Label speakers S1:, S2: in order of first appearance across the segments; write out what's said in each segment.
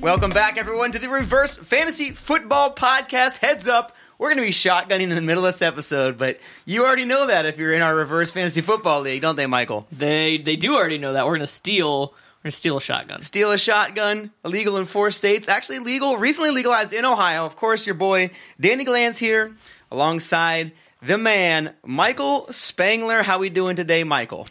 S1: Welcome back, everyone, to the Reverse Fantasy Football Podcast. Heads up, we're going to be shotgunning in the middle of this episode, but you already know that if you're in our Reverse Fantasy Football League, don't they, Michael?
S2: They they do already know that. We're gonna steal we're gonna steal a shotgun.
S1: Steal a shotgun, illegal in four states, actually legal, recently legalized in Ohio. Of course, your boy Danny Glantz here, alongside the man Michael Spangler. How we doing today, Michael?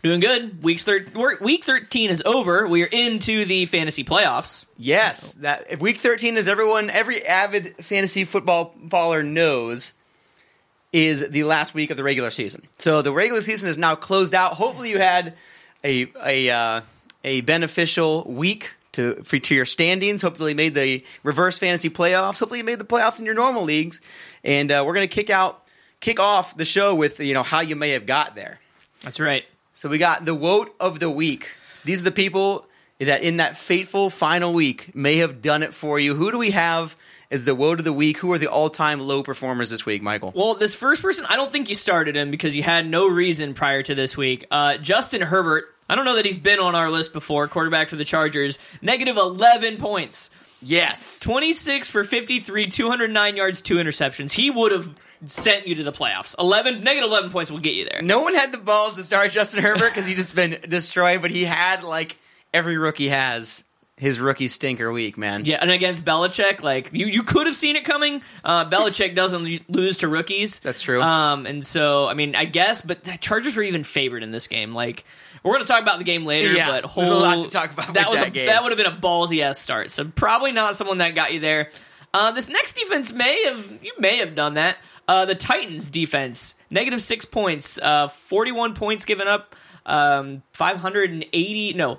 S2: Doing good. Weeks thir- we're- week thirteen is over. We are into the fantasy playoffs.
S1: Yes, that if week thirteen, as everyone, every avid fantasy football baller knows, is the last week of the regular season. So the regular season is now closed out. Hopefully, you had a a uh, a beneficial week to for, to your standings. Hopefully, you made the reverse fantasy playoffs. Hopefully, you made the playoffs in your normal leagues. And uh, we're gonna kick out kick off the show with you know how you may have got there.
S2: That's right.
S1: So we got the wote of the week. These are the people that in that fateful final week may have done it for you. Who do we have as the wote of the week? Who are the all-time low performers this week, Michael?
S2: Well, this first person, I don't think you started him because you had no reason prior to this week. Uh, Justin Herbert. I don't know that he's been on our list before. Quarterback for the Chargers, negative eleven points,
S1: Yes.
S2: twenty six for fifty three, two hundred nine yards, two interceptions. He would have sent you to the playoffs. Eleven negative eleven points will get you there.
S1: No one had the balls to start Justin Herbert because he just been destroyed, but he had like every rookie has his rookie stinker week, man.
S2: Yeah, and against Belichick, like you, you could have seen it coming. Uh, Belichick doesn't lo- lose to rookies.
S1: That's true.
S2: Um, and so I mean, I guess, but the Chargers were even favored in this game. Like we're going to talk about the game later.
S1: Yeah,
S2: but whole,
S1: there's a lot to talk about with
S2: That was
S1: that
S2: a,
S1: game.
S2: that would have been a ballsy ass start. So probably not someone that got you there. Uh, this next defense may have you may have done that. Uh, the Titans defense negative six points, uh, forty one points given up, um, five hundred and eighty no.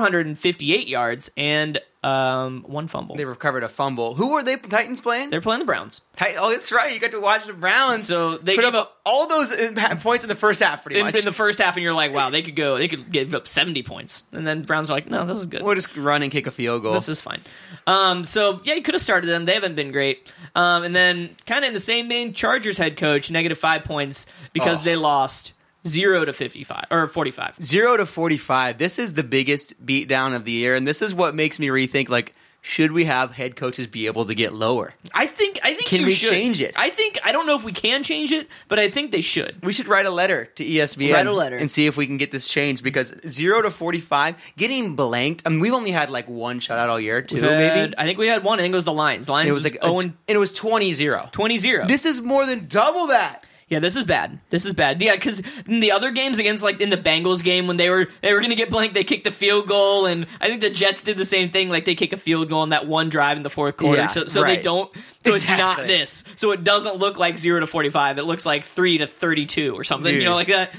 S2: 458 yards and um, one fumble.
S1: They recovered a fumble. Who were they Titans playing?
S2: They're playing the Browns.
S1: Titan- oh, that's right. You got to watch the Browns.
S2: So they
S1: put
S2: gave
S1: up all those uh, points in the first half, pretty
S2: In,
S1: much.
S2: in the first half, and you're like, wow, they could go, they could give up 70 points. And then Browns are like, no, this is good.
S1: we'll just run and kick a field goal.
S2: This is fine. Um, so, yeah, you could have started them. They haven't been great. Um, and then, kind of in the same vein, Chargers head coach, negative five points because
S1: Oh.
S2: they lost zero to 55 or 45.
S1: zero to 45 this is the biggest beatdown of the year and this is what makes me rethink like should we have head coaches be able to get lower
S2: I think, I think
S1: Can
S2: you
S1: we
S2: should.
S1: change it?
S2: I think, I don't know if we can change it, but I think they should.
S1: we should write a letter to E ESPN
S2: Write a letter.
S1: and see if we can get this changed because 0 to 45 getting blanked I mean we've only had like one shutout all year two
S2: We've had-
S1: maybe
S2: I think we had one. I think it was the Lions. Lions
S1: it was like a, and
S2: and
S1: it was 20-0
S2: 20 0.
S1: this is more than double that
S2: Yeah, this is bad. This is bad. Yeah, because in the other games against like in the Bengals game when they were they were gonna get blanked, they kicked the field goal, and I think the Jets did the same thing. Like they kick a field goal on that one drive in the fourth quarter,
S1: Yeah,
S2: so, so
S1: right.
S2: they don't. So it's
S1: Exactly.
S2: not this. So it doesn't look like zero to forty five. It looks like three to thirty two or something.
S1: Dude.
S2: you know, like that.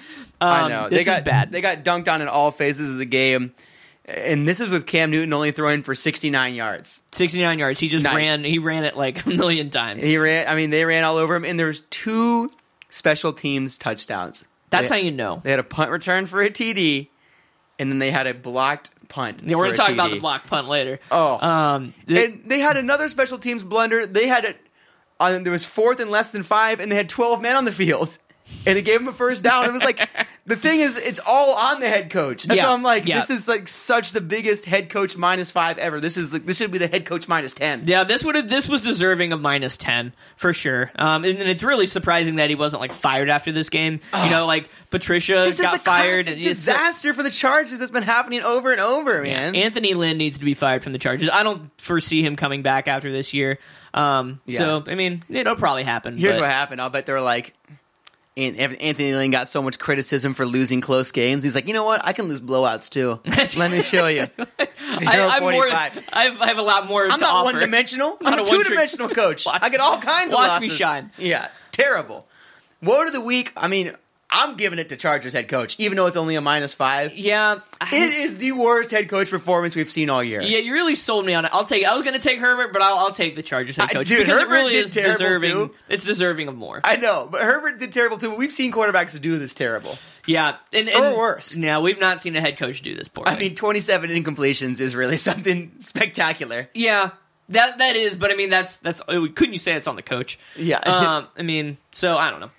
S2: Um,
S1: I know.
S2: This
S1: they got,
S2: is bad.
S1: They got dunked on in all phases of the game. And this is with Cam Newton only throwing for 69 yards.
S2: Sixty nine yards. He just
S1: Nice.
S2: ran. He ran it like a million times.
S1: He ran. I mean, they ran all over him, and there was two special teams touchdowns.
S2: That's
S1: they,
S2: how you know.
S1: they had a punt return for a TD, and then they had a blocked punt.
S2: Yeah,
S1: for
S2: we're gonna
S1: a
S2: talk
S1: TD.
S2: about the block punt later.
S1: Oh.
S2: um, th-
S1: and they had another special teams blunder. They had it. On, there was fourth and less than five, and they had twelve men on the field, and it gave them a first down. It was like the thing is, it's all on the head coach. That's
S2: Yeah,
S1: why I'm like,
S2: yeah.
S1: this is like such the biggest head coach minus five ever. This is like this should be the head coach minus ten.
S2: Yeah, this would have this was deserving of minus ten for sure. Um, and, and it's really surprising that he wasn't like fired after this game. You know, like Patricia
S1: This
S2: got
S1: is a
S2: fired.
S1: constant
S2: and it's so-
S1: disaster for the Chargers that's been happening over and over, man.
S2: Anthony Lynn needs to be fired from the Chargers. I don't foresee him coming back after this year. Um, so I mean, it'll probably happen.
S1: Here's
S2: but-
S1: what happened. I'll bet they're like, and Ev- Anthony Lynn got so much criticism for losing close games. He's like, you know what? I can lose blowouts too. Let me show you. Zero
S2: I, I'm more.
S1: 45.
S2: I've, I have a lot more.
S1: I'm
S2: to
S1: not
S2: offer.
S1: one dimensional. I'm
S2: Not
S1: a
S2: a one-trick-
S1: two dimensional coach.
S2: Watch-
S1: I get all kinds of
S2: watch me
S1: losses.
S2: shine.
S1: Yeah, terrible. Woe to the week. I mean, I'm giving it to Chargers head coach, even though it's only a minus five.
S2: Yeah, I-
S1: It is the worst head coach performance we've seen all year.
S2: Yeah, you really sold me on it. I'll take. I was going to take Herbert, but I'll, I'll take the Chargers head
S1: I-
S2: coach
S1: dude,
S2: because
S1: Herbert
S2: it really
S1: did
S2: is
S1: terrible,
S2: deserving.
S1: too.
S2: It's deserving of more.
S1: I know, but Herbert did terrible too. But we've seen quarterbacks do this terrible.
S2: Yeah, and,
S1: or
S2: and-
S1: worse.
S2: Yeah, we've not seen a head coach do this poorly.
S1: I mean, 27 incompletions is really something spectacular.
S2: yeah, that that is, but I mean, that's that's. uh, Couldn't you say it's on the coach?
S1: Yeah.
S2: Um, I mean, so I don't know.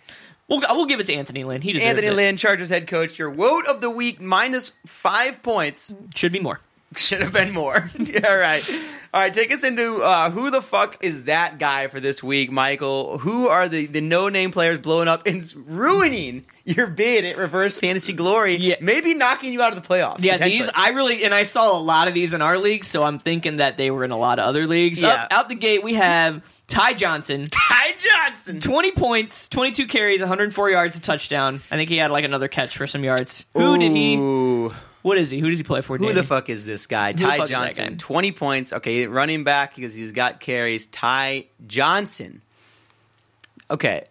S2: We'll we'll give it to Anthony Lynn. He deserves
S1: Anthony
S2: it.
S1: Lynn, Chargers head coach, your woat of the week minus five points.
S2: Should be more.
S1: Should have been more. Yeah, All right. All right, take us into uh, who the fuck is that guy for this week, Michael? Who are the, the no name players blowing up and s- ruining your bid at reverse fantasy glory?
S2: Yeah.
S1: Maybe knocking you out of the playoffs.
S2: Yeah,
S1: potentially.
S2: these I really and I saw a lot of these in our league, so I'm thinking that they were in a lot of other leagues.
S1: Yeah.
S2: Up- out the gate, we have Ty Johnson,
S1: Ty Johnson.
S2: 20 points, 22 carries, 104 yards, a touchdown. I think he had like another catch for some yards. Who did he?
S1: Ooh.
S2: What is he? Who does he play for?
S1: Who the
S2: Danny?
S1: fuck is this guy?
S2: the
S1: Ty
S2: fuck is that
S1: Johnson.
S2: guy?
S1: 20 points. Okay, running back because he's got carries. Ty Johnson. Okay.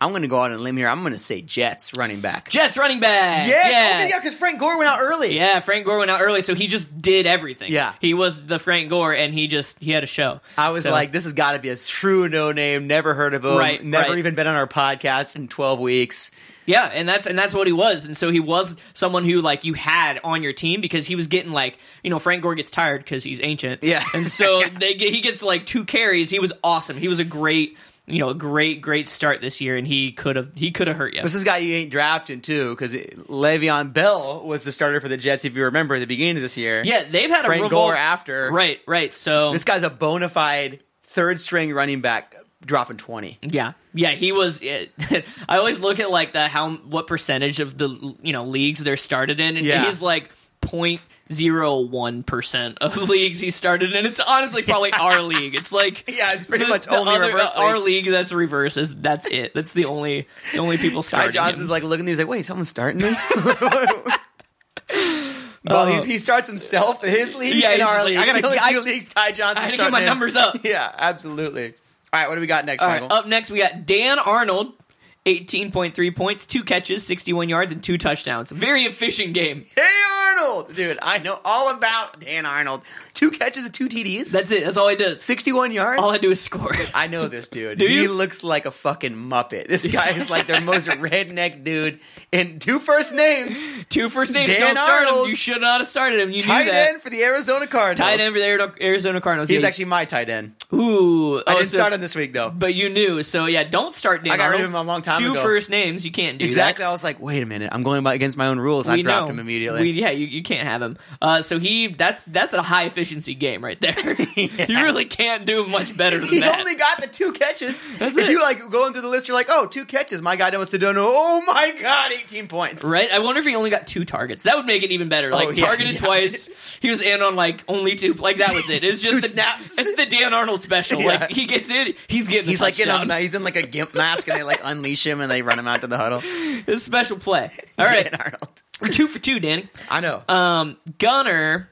S1: I'm going to go out on a limb here. I'm going to say Jets running back.
S2: Jets running back.
S1: Yes.
S2: Yeah.
S1: Okay, yeah, because Frank Gore went out early.
S2: Yeah, Frank Gore went out early, so he just did everything.
S1: Yeah.
S2: he was the Frank Gore, and he just he had a show.
S1: I was
S2: So-
S1: like, this has got to be a true no name. Never heard of him.
S2: Right,
S1: never
S2: right.
S1: even been on our podcast in 12 weeks.
S2: yeah, and that's and that's what he was, and so he was someone who like you had on your team because he was getting like you know Frank Gore gets tired because he's ancient,
S1: Yeah.
S2: and so they get, he gets like two carries. He was awesome. He was a great you know a great great start this year, and he could have he could have hurt you.
S1: This is a guy you ain't drafting, too, because Le'Veon Bell was the starter for the Jets, if you remember, at the beginning of this year.
S2: yeah, they've had a
S1: Frank
S2: revol-
S1: Gore after.
S2: right, right. So
S1: This guy's a bona fide third string running back dropping 20.
S2: Yeah, yeah, he was. I always look at like the how what percentage of the you know leagues they're started in, and
S1: Yeah.
S2: he's like point zero one percent of leagues he started in. It's honestly probably our league. It's like
S1: Yeah, it's pretty much only reverse
S2: uh, our
S1: leagues.
S2: league that's reverse is that's it. That's the only the only people
S1: Ty
S2: starting.
S1: Johnson's
S2: him.
S1: like looking at these like, wait, someone's starting me? well,
S2: Uh,
S1: he, he starts himself in his league
S2: Yeah,
S1: and
S2: he's
S1: our
S2: like,
S1: league.
S2: I gotta-
S1: The only
S2: I-
S1: two leagues Ty Johnson
S2: I had to get my numbers up.
S1: Yeah, absolutely. All right, what do we got next,
S2: All right, uh,
S1: Michael?
S2: up next we got Dan Arnold. 18.3 points, two catches, 61 yards, and two touchdowns. Very efficient game.
S1: hey, Arnold! Dude, I know all about Dan Arnold. Two catches and two TDs,
S2: That's it. That's all he does.
S1: 61 yards.
S2: All I do is score.
S1: I know this dude.
S2: Do
S1: he
S2: you?
S1: looks like a fucking muppet. This guy is like their most redneck dude. And two first names.
S2: Two first names.
S1: Dan
S2: Don't start
S1: Arnold.
S2: him. You should not have started him. You
S1: Tight
S2: knew that.
S1: end for the Arizona Cardinals.
S2: Tight end for the Ari- Arizona Cardinals.
S1: He's
S2: Yeah.
S1: actually my tight end.
S2: ooh.
S1: I
S2: oh,
S1: didn't
S2: so-
S1: start him this week though.
S2: but you knew, so yeah. Don't start Dan
S1: I got rid
S2: Arnold.
S1: of him a long time
S2: Two
S1: ago.
S2: first names. You can't do
S1: Exactly.
S2: That.
S1: I was like, wait a minute, I'm going by- against my own rules. I
S2: We
S1: dropped
S2: know.
S1: him immediately.
S2: We- yeah, you, you can't have him. Uh, so he that's that's a high efficiency game right there. You really can't do much better than
S1: he
S2: that.
S1: only got the two catches.
S2: That's
S1: if
S2: it.
S1: you like going through the list, you're like, oh, two catches. My guy Noah Sedona. Oh my god, 18 points.
S2: Right? I wonder if he only got two targets. That would make it even better. Like
S1: Oh, yeah,
S2: targeted
S1: yeah.
S2: twice. He was in on like only two. Like that was it. It's just
S1: Two
S2: the,
S1: snaps.
S2: It's the Dan Arnold special.
S1: Yeah.
S2: Like he gets in, he's getting.
S1: He's like in
S2: touchdown.
S1: a, he's in like a gimp mask, and they like unleash him and they run him out to the huddle.
S2: This special play. All right,
S1: Dan Arnold.
S2: we're two for two, Danny.
S1: I know.
S2: Um, Gunner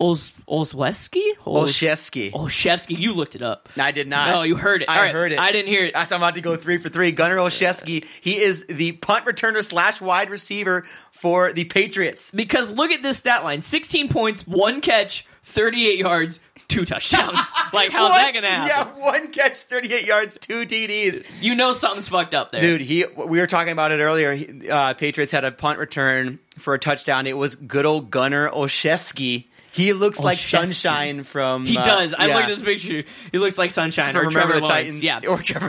S2: Ols Olszewski? Ols-
S1: Olszewski.
S2: Olszewski. You looked it up.
S1: I did not.
S2: Oh. No, you heard it.
S1: I
S2: All right,
S1: heard it.
S2: I didn't hear it.
S1: That's I'm about to go three for three. Gunnar Olszewski. He is the punt returner slash wide receiver for the Patriots.
S2: Because look at this stat line: sixteen points, one catch, thirty-eight yards, two touchdowns. like how's
S1: One-
S2: that gonna happen?
S1: Yeah, one catch, 38 yards, two TDs.
S2: You know something's fucked up there,
S1: Dude, he. We were talking about it earlier. He, uh, Patriots had a punt return for a touchdown. It was good old Gunnar Olszewski. He looks like
S2: Olszewski.
S1: sunshine from.
S2: He
S1: uh,
S2: does. I
S1: yeah,
S2: looked at this picture. He looks like sunshine
S1: from
S2: or
S1: Remember
S2: Trevor
S1: the
S2: Lawrence.
S1: Titans,
S2: Yeah.
S1: or Trevor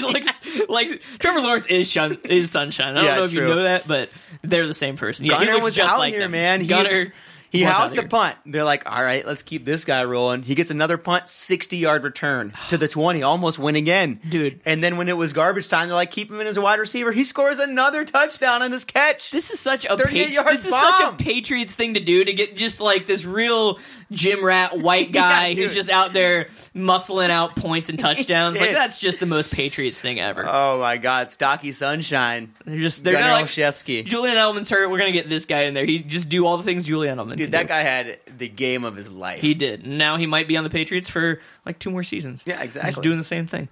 S1: Lawrence.
S2: looks like Trevor Lawrence is shun- is sunshine. I don't
S1: Yeah,
S2: know if
S1: true.
S2: you know that, but they're the same person. Yeah, he
S1: Gunner
S2: looks
S1: was
S2: just
S1: out
S2: like
S1: here,
S2: them.
S1: man. He-
S2: Gunner,
S1: He
S2: was out
S1: housed a
S2: here.
S1: punt. They're like, all right, let's keep this guy rolling. He gets another punt, 60 yard return to the 20, almost win again.
S2: Dude.
S1: And then when it was garbage time, they're like, keep him in as a wide receiver. He scores another touchdown on his catch.
S2: This is such a
S1: 38
S2: patri-
S1: yard
S2: this is such
S1: bomb.
S2: a Patriots thing to do to get just like this real gym rat white
S1: Yeah,
S2: guy
S1: dude.
S2: who's just out there muscling out points and touchdowns. like
S1: did.
S2: that's just the most Patriots thing ever.
S1: oh my God, Stocky Sunshine.
S2: they're just they're
S1: Gunnar
S2: not like
S1: Olszewski.
S2: Julian Edelman's hurt. We're gonna get this guy in there. He just do all the things Julian Edelman. can
S1: Dude,
S2: do.
S1: that guy had the game of his life.
S2: He did. Now he might be on the Patriots for like two more seasons.
S1: Yeah, exactly.
S2: Just doing the same thing.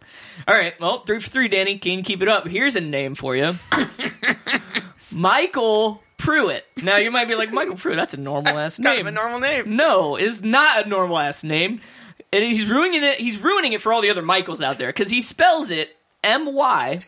S2: All right. Well, three for three, Danny. Can you keep it up? Here's a name for you Michael Pruitt. Now, you might be like, Michael Pruitt, that's a normal ass
S1: Kind
S2: name.
S1: of a normal name.
S2: no, it's not a normal ass name. And he's ruining it. He's ruining it for all the other Michaels out there because he spells it M Y,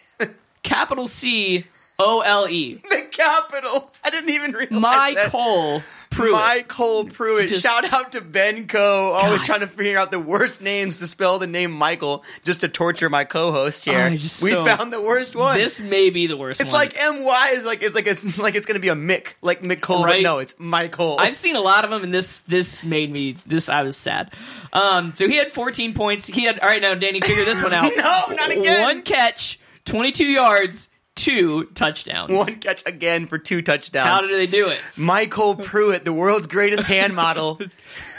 S2: capital C O E. L E.
S1: The capital. I didn't even realize that.
S2: Michael Pruitt.
S1: Michael Pruitt.
S2: Just-
S1: Shout out to Ben Co. Always trying to figure out the worst names to spell the name Michael just to torture my co-host here.
S2: I just
S1: we
S2: so-
S1: found the worst one.
S2: this may be the worst
S1: it's
S2: one.
S1: like M Y is like it's like it's like it's gonna be a Mick like Mick Cole, but
S2: Right.
S1: no, it's Michael.
S2: I've seen a lot of them, and this this made me this. I was sad. Um, so he had 14 points. He had all right now. Danny, figure this one out.
S1: No, not again.
S2: One catch, 22 yards, two touchdowns.
S1: one catch again for two touchdowns.
S2: How did they do it?
S1: Michael Pruitt, the world's greatest hand model.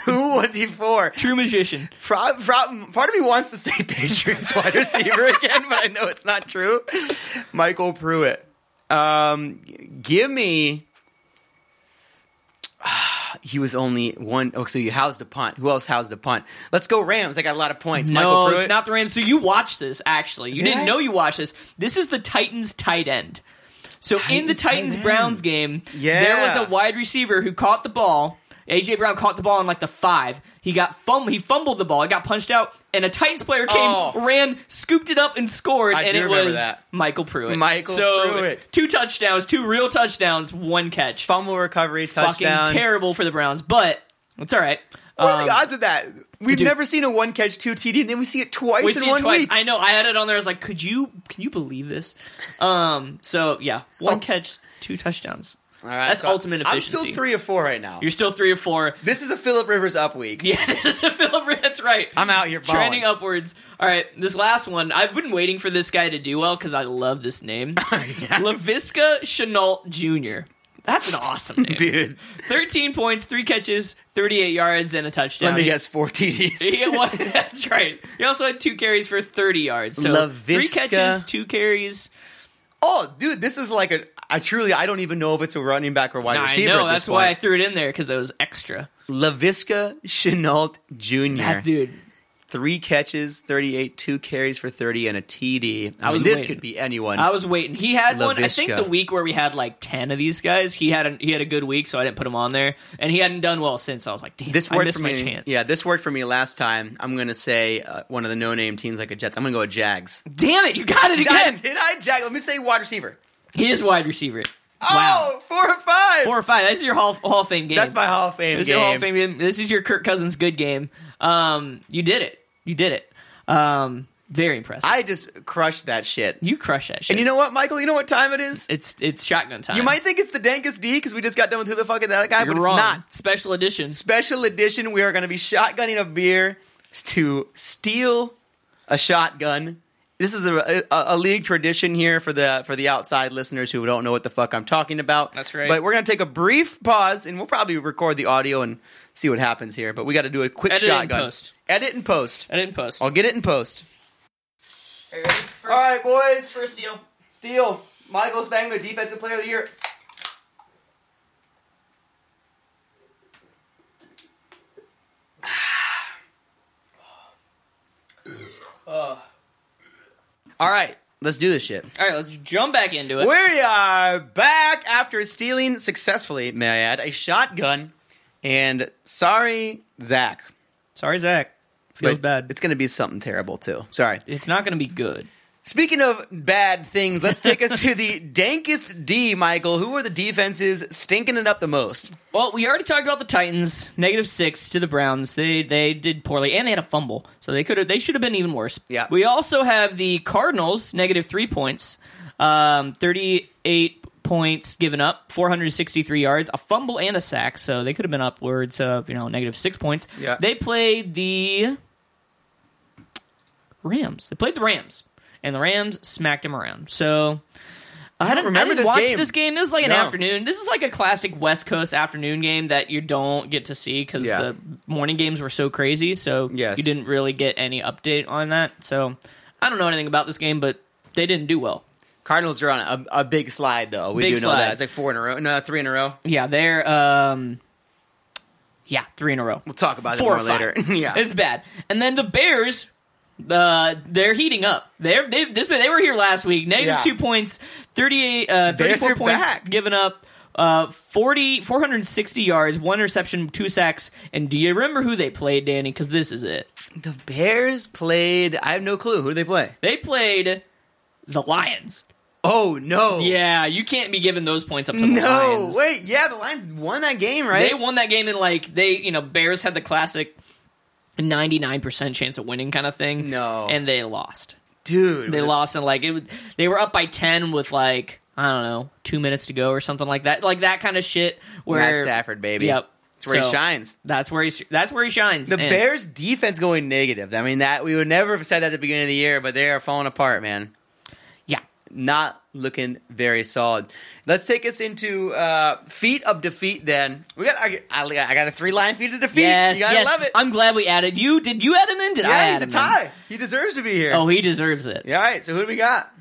S1: Who was he for?
S2: True magician.
S1: Pro- pro- part of me wants to say Patriots wide receiver again, but I know it's not true. Michael Pruitt. Um, give me. he was only one. Oh, so you housed a punt. Who else housed a punt? Let's go Rams. I got a lot of points. Michael
S2: No,
S1: Pruitt.
S2: it's not the Rams. So you watched this actually. You
S1: Did
S2: didn't
S1: I?
S2: know you watched this. This is the Titans tight end. So in the
S1: Titans tight
S2: Titans
S1: end.
S2: Browns game,
S1: Yeah.
S2: there was a wide receiver who caught the ball. AJ Brown caught the ball in like the five. He got fum- he fumbled the ball. It got punched out, and a Titans player came,
S1: Oh.
S2: ran, scooped it up, and scored.
S1: I
S2: and
S1: do
S2: it
S1: remember
S2: was
S1: that.
S2: Michael Pruitt.
S1: Michael
S2: so
S1: Pruitt.
S2: Two touchdowns, two real touchdowns, one catch.
S1: fumble recovery
S2: Fucking
S1: touchdown.
S2: terrible for the Browns, but it's all right.
S1: What are
S2: Um,
S1: the odds of that? We've
S2: dude.
S1: never seen a one catch two TD, and then we see it twice
S2: We
S1: in
S2: see it
S1: one
S2: twice.
S1: week.
S2: I know. I had it on there. I was like, could you can you believe this? Um. So yeah, one
S1: Oh.
S2: catch, two touchdowns.
S1: All right,
S2: that's
S1: so
S2: ultimate
S1: I'm
S2: efficiency.
S1: still three or four right now.
S2: You're still three or four.
S1: this is a Philip Rivers up week.
S2: Yeah, this is a Philip. That's right.
S1: I'm out here balling.
S2: trending upwards. All right, this last one. I've been waiting for this guy to do well because I love this name, Lavisca Chenault Jr. That's an awesome name,
S1: Dude,
S2: Thirteen points, three catches, thirty-eight yards, and a touchdown.
S1: let me guess four TDs.
S2: He had one- that's right. He also had two carries for 30 yards. So three
S1: Laviska.
S2: catches, two carries.
S1: Oh, dude, this is like a. I truly, I don't even know if it's a running back or wide
S2: I
S1: receiver.
S2: know
S1: at this
S2: that's
S1: point.
S2: why I threw it in there because it was extra.
S1: Lavisca Chenault Jr.
S2: That dude,
S1: Three catches, thirty-eight, two carries for thirty, and a TD. I,
S2: I
S1: mean,
S2: was
S1: this
S2: waiting.
S1: could be anyone.
S2: I was waiting. He had one. I think
S1: Laviska.
S2: the week where we had like ten of these guys, he had a, he had a good week, so I didn't put him on there, and he hadn't done well since. I was like, damn,
S1: this
S2: I
S1: worked
S2: missed
S1: for
S2: my
S1: me.
S2: chance.
S1: Yeah, this worked for me last time. I'm gonna say uh, one of the no-name teams like a Jets. I'm gonna go with Jags.
S2: damn it, you got it
S1: Did I,
S2: again.
S1: did I Jag? Let me say wide receiver.
S2: He is wide receiver. Wow,
S1: Oh, four or five.
S2: four or five. That's your Hall, Hall of Fame game.
S1: That's my Hall of Fame
S2: This is
S1: game.
S2: your Hall of Fame game. This is your Kirk Cousins good game. Um, you did it. You did it. Um, very impressive.
S1: I just crushed that shit.
S2: you crush that shit.
S1: And you know what, Michael? You know what time it is?
S2: it's it's shotgun time.
S1: You might think it's the Dankest D because we just got done with who the fuck is that guy,
S2: You're
S1: but it's
S2: wrong.
S1: not.
S2: Special edition.
S1: Special edition. We are going to be shotgunning a beer to steal a shotgun. This is a, a, a league tradition here for the for the outside listeners who don't know what the fuck I'm talking about.
S2: That's right.
S1: But we're going to take a brief pause, and we'll probably record the audio and see what happens here. But we got to do a quick
S2: Edit it in
S1: shotgun.
S2: post.
S1: Edit and post.
S2: I didn't post.
S1: I'll get it in post.
S2: Are you ready? First,
S1: All right, boys.
S2: First deal.
S1: Steal. Michael Spangler, Defensive Player of the Year. All right, let's do this shit.
S2: All right, let's jump back into it.
S1: We are back after stealing successfully, may I add, a shotgun. And sorry, Zach.
S2: Sorry, Zach. Feels
S1: but
S2: bad.
S1: It's going to be something terrible, too. Sorry.
S2: It's not going to be good.
S1: Speaking of bad things, let's take us to the dankest D, Michael. Who are the defenses stinking it up the most?
S2: Well, we already talked about the Titans, negative six to the Browns. They they did poorly, and they had a fumble, so they could have they should have been even worse.
S1: Yeah.
S2: We also have the Cardinals, negative three points, um, thirty eight points given up, four hundred sixty three yards, a fumble and a sack, so they could have been upwards of you know negative six points.
S1: Yeah.
S2: They played the Rams. They played the Rams, and the Rams smacked them around. So. I don't
S1: remember
S2: I didn't
S1: this
S2: watch
S1: game.
S2: this game. This is like an
S1: No.
S2: afternoon. This is like a classic West Coast afternoon game that you don't get to see because
S1: Yeah.
S2: the morning games were so crazy. So
S1: Yes.
S2: you didn't really get any update on that. So I don't know anything about this game, but they didn't do well.
S1: Cardinals are on a, a big slide, though. We
S2: Big
S1: do know
S2: slide.
S1: that. It's like four in a row. No, three in a row.
S2: Yeah, they're um, yeah, three in a row.
S1: We'll talk about
S2: Four
S1: it
S2: or
S1: more later.
S2: five.
S1: yeah.
S2: It's bad. And then the Bears, uh, they're heating up. They're they this they were here last week. Negative
S1: Yeah.
S2: two points, thirty eight, uh, thirty
S1: Bears
S2: four
S1: are
S2: points
S1: back.
S2: given up. Uh, 40, 460 yards, one interception, two sacks, and do you remember who they played, Danny? Because this is it.
S1: the Bears played. I have no clue. Who do they play?
S2: They played the Lions.
S1: Oh no!
S2: Yeah, you can't be giving those points up to the
S1: No.
S2: Lions.
S1: Wait. Yeah, the Lions won that game, right?
S2: They won that game in like they, you know, Bears had the classic 99% chance of winning kind of thing.
S1: No.
S2: And they lost.
S1: Dude,
S2: They
S1: was-
S2: lost and like it would- they were up by 10 with like I don't know, 2 minutes to go or something like that. Like that kind of shit where
S1: Matt Stafford, baby.
S2: Yep.
S1: That's where
S2: So,
S1: he shines.
S2: That's where he that's where he shines.
S1: The
S2: And
S1: Bears defense going negative. I mean that we would never have said that at the beginning of the year, but they are falling apart, man.
S2: Yeah.
S1: Not looking very solid. Let's take us into uh, feet of defeat. Then we got I, I, I got a three line feet of defeat.
S2: Yes,
S1: you gotta
S2: yes.
S1: love it.
S2: I'm glad we added you. Did you add him in? Did I
S1: yeah,
S2: add
S1: he's a
S2: him in?
S1: tie. He deserves to be here.
S2: Oh, he deserves it.
S1: yeah, all right. So who do we got?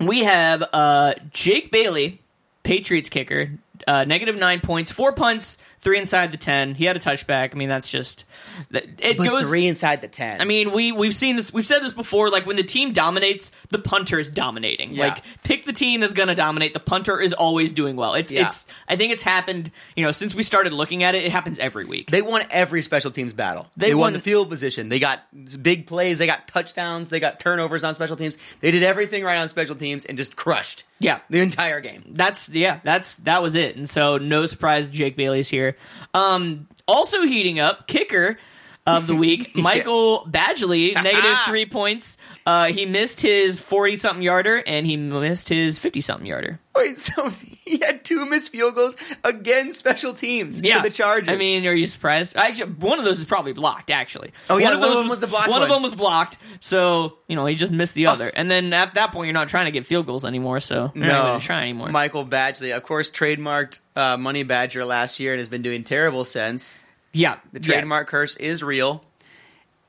S2: We have uh, Jake Bailey, Patriots kicker, uh, negative nine points, four punts, three inside the ten. He had a touchback. I mean, that's just that- it
S1: But
S2: goes.
S1: three inside the ten.
S2: I mean, we we've seen this. We've said this before. Like when the team dominates, the punter is dominating.
S1: Yeah.
S2: Like pick the team that's going to dominate. The punter is always doing well. It's
S1: Yeah.
S2: it's. I think it's happened. You know, since we started looking at it, it happens every week.
S1: They won every special teams battle.
S2: They
S1: They, won,
S2: won-
S1: the field position. They got big plays. They got touchdowns. They got turnovers on special teams. They did everything right on special teams and just crushed
S2: yeah,
S1: the entire game.
S2: that's yeah, that's that was it. And so no surprise Jake Bailey's here. Um also heating up, kicker of the week, Michael Badgley, negative three points. Uh he missed his forty something yarder and he missed his fifty something yarder.
S1: Wait, so he had two missed field goals against special teams
S2: Yeah.
S1: for the Chargers.
S2: I mean, are you surprised? Actually, one of those is probably blocked, actually.
S1: Oh, yeah,
S2: one
S1: one of
S2: those
S1: them was the blocked
S2: One of
S1: one. Oh.
S2: them was blocked, so you know, he just missed the other. And then at that point you're not trying to get field goals anymore, so you're not
S1: no,
S2: gonna try anymore.
S1: Michael Badgley, of course, trademarked uh, Money Badger last year and has been doing terrible since.
S2: yeah.
S1: The
S2: yeah.
S1: trademark curse is real.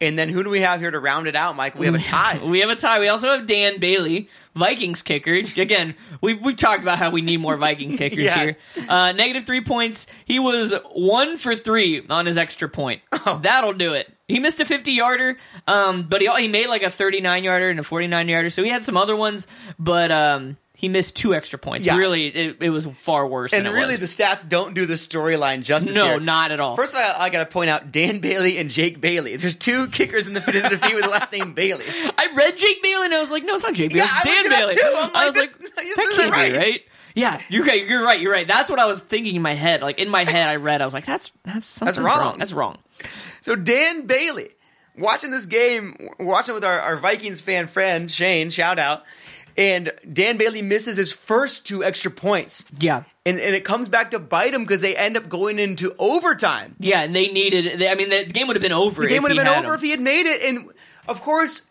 S1: And then who do we have here to round it out, Michael? We have a tie.
S2: We have a tie. We also have Dan Bailey, Vikings kicker. Again, we we talked about how we need more Viking kickers
S1: Yes.
S2: here. Uh, negative three points. He was one for three on his extra point.
S1: Oh.
S2: That'll do it. He missed a 50 yarder, um, but he he made like a 39 yarder and a 49 yarder. So he had some other ones, but um, he missed two extra points.
S1: Yeah.
S2: Really, it, it was far worse.
S1: and
S2: than it
S1: really,
S2: was.
S1: the stats don't do the storyline justice.
S2: no,
S1: here.
S2: not at all.
S1: First of all, I got to point out Dan Bailey and Jake Bailey. There's two kickers in the fit of the feet with the last name Bailey.
S2: I read Jake Bailey and I was like, no, it's not Jake Bailey.
S1: Yeah,
S2: it's
S1: I
S2: Dan
S1: looked it up
S2: Bailey.
S1: too. I'm
S2: I
S1: like,
S2: was
S1: this-
S2: like,
S1: this
S2: that
S1: isn't
S2: can't
S1: right.
S2: be right. Yeah, you're right. You're right. You're right. That's what I was thinking in my head. Like in my head, I read. I was like, that's that's something's
S1: wrong.
S2: That's wrong.
S1: So Dan Bailey, watching this game, w- watching with our, our Vikings fan friend Shane, shout out, and Dan Bailey misses his first two extra points,
S2: Yeah,
S1: and and it comes back to bite him because they end up going into overtime.
S2: yeah. And they needed. They, I mean, the game would have been over.
S1: The game
S2: if
S1: would
S2: he
S1: have been
S2: had
S1: over
S2: him.
S1: if he had made it. And of course,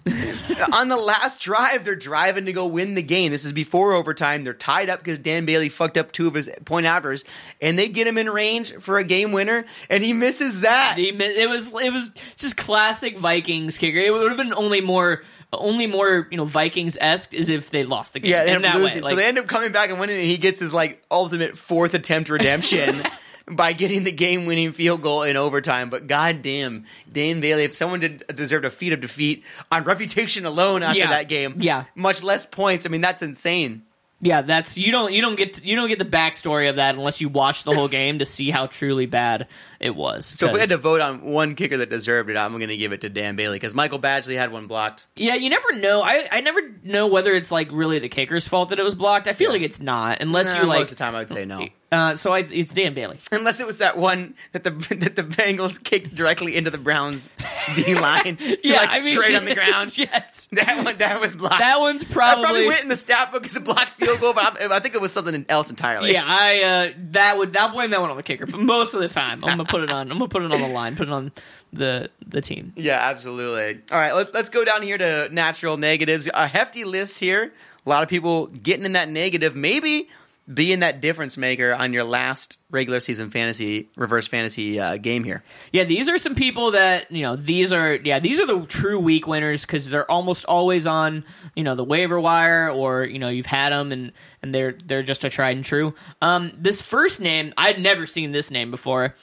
S1: on the last drive, they're driving to go win the game. This is before overtime. They're tied up because Dan Bailey fucked up two of his point afters, and they get him in range for a game winner, and he misses that.
S2: He mi- it was it was just classic Vikings kicker. It would have been only more only more you know Vikings esque is if they lost the game.
S1: Yeah, they
S2: in
S1: end up
S2: that way.
S1: losing. so
S2: Like,
S1: they end up coming back and winning, and he gets his like ultimate fourth attempt redemption by getting the game winning field goal in overtime. But goddamn, Dan Bailey, if someone did, deserved a feat of defeat on reputation alone after
S2: Yeah.
S1: that game,
S2: Yeah.
S1: much less points. I mean, that's insane.
S2: Yeah, that's you don't you don't get you don't get the backstory of that unless you watch the whole game to see how truly bad it was.
S1: So if we had to vote on one kicker that deserved it, I'm going to give it to Dan Bailey because Michael Badgley had one blocked.
S2: yeah, you never know. I I never know whether it's like really the kicker's fault that it was blocked. I feel like it's not unless
S1: Nah,
S2: you like.
S1: most of the time, I would say no,
S2: uh, so I it's Dan Bailey.
S1: unless it was that one that the that the Bengals kicked directly into the Browns D line, yeah, like straight on the ground.
S2: yes,
S1: That one that was blocked.
S2: that one's
S1: I probably
S2: probably.
S1: went in the stat book as a blocked field goal, but I, I think it was something else entirely.
S2: yeah, I uh, that would I'll blame that one on the kicker, but most of the time I'm gonna put it on I'm gonna put it on the line, put it on the the team.
S1: Yeah, absolutely. All right, let's let's go down here to natural negatives. A hefty list here. A lot of people getting in that negative. Maybe being that difference maker on your last regular season fantasy reverse fantasy uh, game here.
S2: Yeah, these are some people that you know. These are yeah, these are the true week winners because they're almost always on you know the waiver wire or you know you've had them and and they're they're just a tried and true. Um, this first name I'd never seen this name before.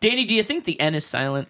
S2: Danny, do you think the N is silent?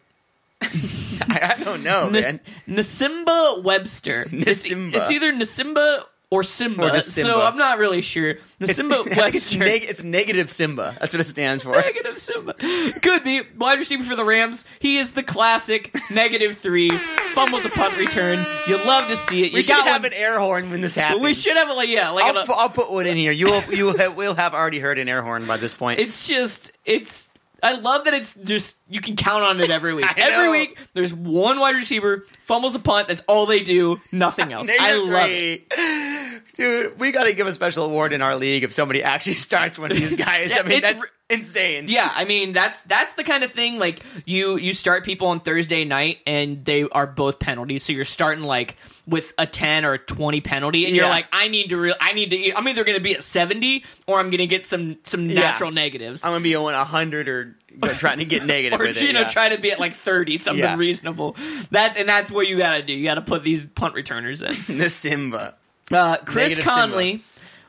S1: I, I don't know,
S2: Nas-
S1: man.
S2: Nasimba Webster. It's-
S1: Nasimba.
S2: It's, either Nasimba or Simba.
S1: Or just
S2: So
S1: Simba.
S2: I'm not really sure. The
S1: It's,
S2: Simba
S1: I think it's,
S2: Webster.
S1: neg- it's negative Simba. That's what it stands for.
S2: Negative Simba. Could be. Wide receiver for the Rams. He is the classic negative three. Fumbled the punt return. You love to see it. You
S1: We should
S2: got
S1: have
S2: one.
S1: an air horn when this happens.
S2: We should have it like yeah, like
S1: I'll,
S2: on a-
S1: pu- I'll put one in here. You will, you will have, will have already heard an air horn by this point.
S2: it's just it's I love that it's just you can count on it every week.
S1: I
S2: every
S1: know.
S2: week there's one wide receiver fumbles a punt. That's all they do. Nothing else. I
S1: Negative
S2: love it.
S1: three. Dude, we got to give a special award in our league if somebody actually starts one of these guys.
S2: Yeah,
S1: I mean,
S2: it's
S1: that's insane.
S2: Yeah, I mean that's that's the kind of thing like you you start people on Thursday night and they are both penalties. So you're starting like with a 10 or a 20 penalty and you're
S1: Yeah.
S2: like I need to re- I need to e, I'm either going to be at 70 or I'm going to get some some
S1: Yeah.
S2: natural negatives.
S1: I'm going to be on 100 or go- trying to get negative
S2: or
S1: with
S2: you
S1: it.
S2: know
S1: yeah.
S2: try to be at like 30 something
S1: Yeah.
S2: reasonable. That and that's what you got to do. You got to put these punt returners in.
S1: the Simba.
S2: Uh, Chris
S1: Negative
S2: Conley,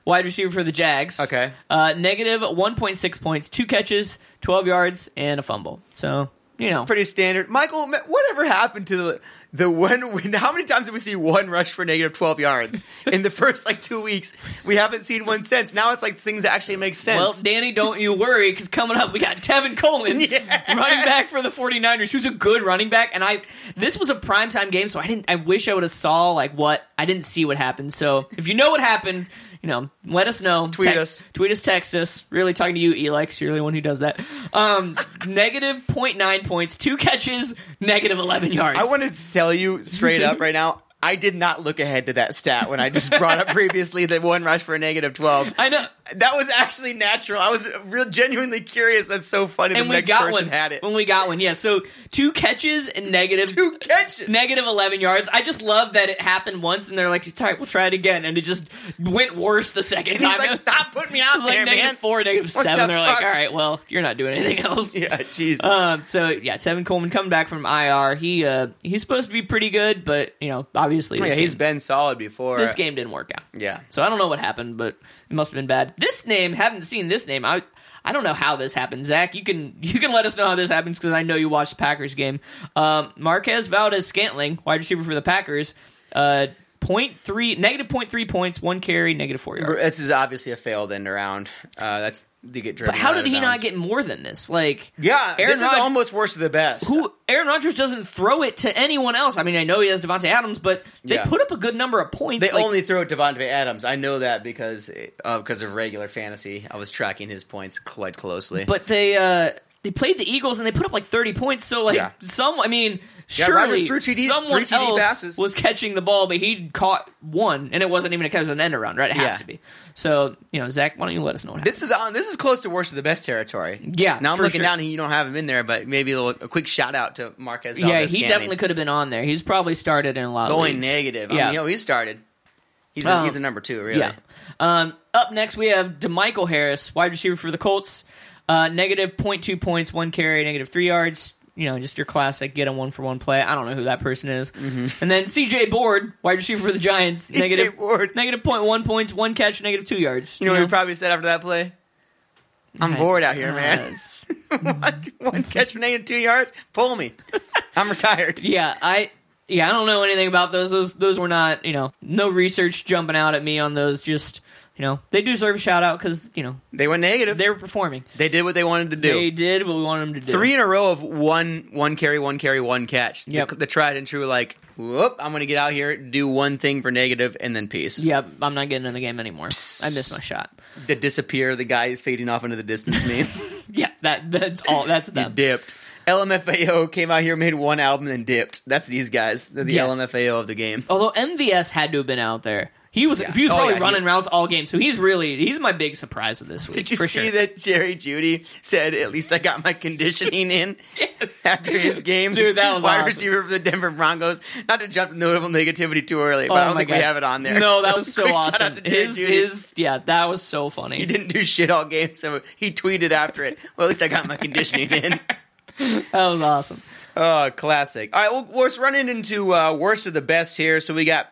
S2: wide receiver for the Jags.
S1: Okay.
S2: Uh, negative 1.6 points, two catches, 12 yards, and a fumble. So, you know.
S1: Pretty standard. Michael, ma- whatever happened to the, the one win? How many times did we see one rush for negative 12 yards in the first like two weeks? We haven't seen one since. Now it's like things that actually make sense.
S2: Well, Danny, don't you worry, because coming up we got Tevin Coleman,
S1: Yes.
S2: running back for the 49ers, who's a good running back. And I, this was a primetime game, so I didn't. I wish I would have saw like what I didn't see what happened. So if you know what happened, you know, let us know.
S1: Tweet
S2: Text-
S1: us.
S2: tweet us, text us. Really talking to you, Eli, because you're the one who does that. Um, negative 0.9 points, two catches, negative eleven yards.
S1: I wanted to tell you straight up right now. I did not look ahead to that stat when I just brought up previously that one rush for a negative twelve.
S2: I know.
S1: That was actually natural. I was real genuinely curious. That's so funny.
S2: And
S1: the
S2: we
S1: next
S2: got
S1: person
S2: one.
S1: had it.
S2: When we got one, yeah. So two catches and negative
S1: Two catches.
S2: negative 11 yards. I just love that it happened once and they're like, all right, we'll try it again. And it just went worse the second
S1: And
S2: time.
S1: he's like,
S2: It
S1: "Stop putting me out
S2: was like
S1: there,
S2: negative
S1: man."
S2: four, negative
S1: What
S2: seven.
S1: the
S2: they're like,
S1: fuck?
S2: all right, well, you're not doing anything else.
S1: Yeah, Jesus.
S2: Um, so yeah, Tevin Coleman coming back from IR. He uh, he's supposed to be pretty good, but you know, obviously this,
S1: Oh, yeah, he's
S2: game,
S1: been solid before.
S2: this game didn't work out.
S1: Yeah.
S2: So I don't know what happened, but it must have been bad. This name, haven't seen this name. I I don't know how this happened. Zach, you can you can let us know how this happens because I know you watched the Packers game. Um, Marquez Valdez Scantling, wide receiver for the Packers, uh, point three negative point three points, one carry, negative four yards.
S1: This is obviously a failed end around. Uh, that's to get driven.
S2: but how
S1: out
S2: did
S1: of
S2: he
S1: bounds.
S2: not get more than this? Like
S1: Yeah,
S2: Aaron
S1: this
S2: Rod-
S1: is almost worse of the best.
S2: who Aaron Rodgers doesn't throw it to anyone else. I mean, I know he has Devonte Adams, but they
S1: Yeah.
S2: put up a good number of points.
S1: They
S2: like-
S1: only throw at Devontae Adams. I know that because uh, because of regular fantasy. I was tracking his points quite closely.
S2: but they uh they played the Eagles and they put up like 30 points. So like
S1: Yeah.
S2: some, I mean,
S1: Yeah,
S2: surely
S1: Rodgers threw TD
S2: someone
S1: three TD
S2: else
S1: passes.
S2: was catching the ball, but he caught one, and it wasn't even a catch; it was an end around, right? It has
S1: Yeah.
S2: to be. So you know, Zach, why don't you let us know what happened?
S1: this is on. This is close to worst of the best territory.
S2: Yeah,
S1: Now I'm
S2: for
S1: looking
S2: sure.
S1: down and you don't have him in there, but maybe a, little, a quick shout out to Marquez.
S2: yeah,
S1: Valdez
S2: he
S1: Scantling.
S2: definitely could have been on there. He's probably started in a lot of
S1: Oh, going
S2: leagues.
S1: negative.
S2: Yeah.
S1: I mean, you know, he started. He's a,
S2: Um,
S1: he's a number two, really.
S2: Yeah. Um, up next, we have DeMichael Harris, wide receiver for the Colts. Uh, negative 0.2 points, one carry, negative three yards. You know, just your classic get a one for one play. I don't know who that person is.
S1: Mm-hmm.
S2: And then CJ Board, wide receiver for the Giants. negative
S1: Ward.
S2: negative 0.1 points, one catch, negative two yards.
S1: You know what he probably said after that play? I'm
S2: I-
S1: bored out here,
S2: Uh,
S1: man.
S2: it's-
S1: one, one catch for negative two yards. Pull me. I'm retired.
S2: yeah, I. Yeah, I don't know anything about those. Those those were not, you know, no research jumping out at me on those. Just, you know, they do deserve a shout out because you know
S1: They went negative.
S2: they were performing.
S1: They did what they wanted to do.
S2: They did what we wanted them to do.
S1: Three in a row of one one carry, one carry, one catch. The-
S2: Yep.
S1: The, tried and true, like, whoop, I'm going to get out here, do one thing for negative, and then peace.
S2: Yep, I'm not getting in the game anymore. I missed my shot.
S1: The disappear, the guy fading off into the distance meme.
S2: Yeah, that that's all. That's
S1: he
S2: them.
S1: dipped. LMFAO came out here, made one album, and dipped. That's these guys. They're the
S2: Yeah. Oh,
S1: LMFAO of the game.
S2: Although MVS had to have been out there. He was
S1: Yeah.
S2: he was
S1: Oh,
S2: probably
S1: yeah,
S2: running
S1: he-
S2: rounds all game. So he's really he's my big surprise of this week.
S1: Did you
S2: for
S1: see
S2: sure.
S1: that Jerry Judy said, at least I got my conditioning in?
S2: Yes.
S1: after his game.
S2: Dude, that was
S1: wide
S2: awesome.
S1: receiver for the Denver Broncos. Not to jump to notable negativity too early, but
S2: Oh
S1: I don't
S2: my
S1: think
S2: God.
S1: we have it on there.
S2: No, that was so
S1: quick
S2: awesome.
S1: Shout out to Jerry
S2: his,
S1: Jeudy.
S2: his yeah, that was so funny.
S1: he didn't do shit all game, so he tweeted after it. Well, at least I got my conditioning in.
S2: That was awesome.
S1: Oh, classic. All right, well, we're running into uh, worst of the best here. So we got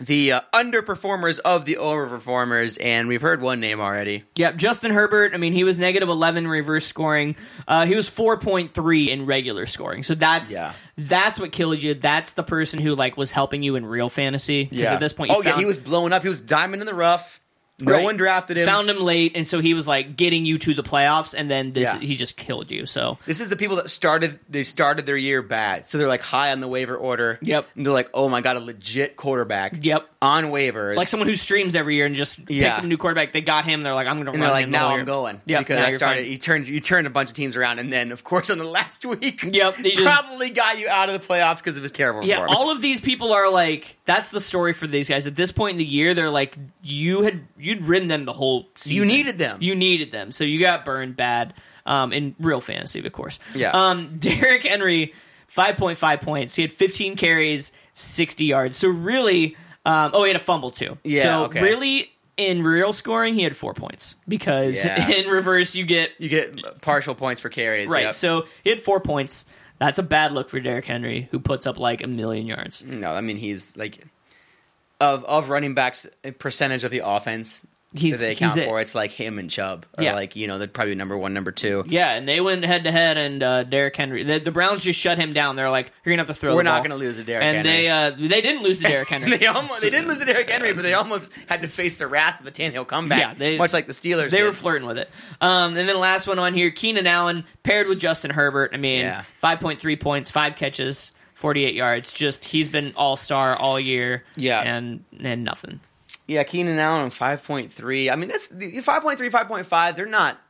S1: the uh, underperformers of the overperformers, and we've heard one name already.
S2: Yep, Justin Herbert. I mean, he was negative eleven reverse scoring. Uh, he was four point three in regular scoring. So that's
S1: Yeah.
S2: that's what killed you. That's the person who like was helping you in real fantasy. 'Cause At this point, you
S1: oh yeah,
S2: found-
S1: he was blown up. He was diamond in the rough. No
S2: Right.
S1: one drafted him.
S2: found him late, and so he was like getting you to the playoffs, and then this
S1: Yeah.
S2: he just killed you. So
S1: this is the people that started. They started their year bad, so they're like high on the waiver order.
S2: Yep.
S1: And they're like, oh my god, a legit quarterback.
S2: Yep.
S1: On waivers,
S2: like someone who streams every year and just
S1: Yeah.
S2: picks up a new quarterback, they got him. They're like, I'm going to run
S1: And they're like,
S2: him
S1: now
S2: all
S1: I'm
S2: year."
S1: going
S2: Yep,
S1: because
S2: now
S1: I
S2: you're
S1: started.
S2: fine.
S1: You turned you turned a bunch of teams around, and then of course on the last week,
S2: Yep, they just-
S1: probably got you out of the playoffs because of his terrible.
S2: Yeah,
S1: performance.
S2: all of these people are like that's the story for these guys. At this point in the year, they're like you had you'd ridden them the whole season.
S1: needed them.
S2: You needed them. So you got burned bad um in real fantasy, of course.
S1: Yeah.
S2: Um Derrick Henry 5.5 points. He had 15 carries, 60 yards. So really um oh, he had a fumble too.
S1: Yeah,
S2: So
S1: okay.
S2: really in real scoring, he had 4 points because
S1: Yeah.
S2: in reverse you get
S1: you get partial points for carries.
S2: right.
S1: yep.
S2: So he had 4 points. That's a bad look for Derrick Henry, who puts up like a million yards.
S1: No, I mean he's like of of running backs a percentage of the offense
S2: He's-
S1: that they
S2: he's
S1: account
S2: it.
S1: for. It's like him and Chubb, or
S2: Yeah.
S1: like you know they're probably number one, number two.
S2: Yeah, and they went head to head, and uh, Derrick Henry. The, the Browns just shut him down. They're like, "You're gonna have to throw.
S1: We're
S2: the
S1: not
S2: ball."
S1: going to lose to Derrick
S2: And
S1: Henry.
S2: they uh, they didn't lose to Derrick Henry.
S1: they almost they didn't lose to Derrick Henry, but they almost had to face the wrath of the Tannehill comeback.
S2: Yeah, they-
S1: much like the Steelers.
S2: They
S1: did.
S2: were flirting with it. Um, and then last one on here, Keenan Allen paired with Justin Herbert. I mean,
S1: Yeah.
S2: five point three points, five catches, forty eight yards. Just he's been all star all year.
S1: Yeah.
S2: and and nothing.
S1: Yeah, Keenan Allen on 5.3. I mean, that's the 5.3, 5.5. They're not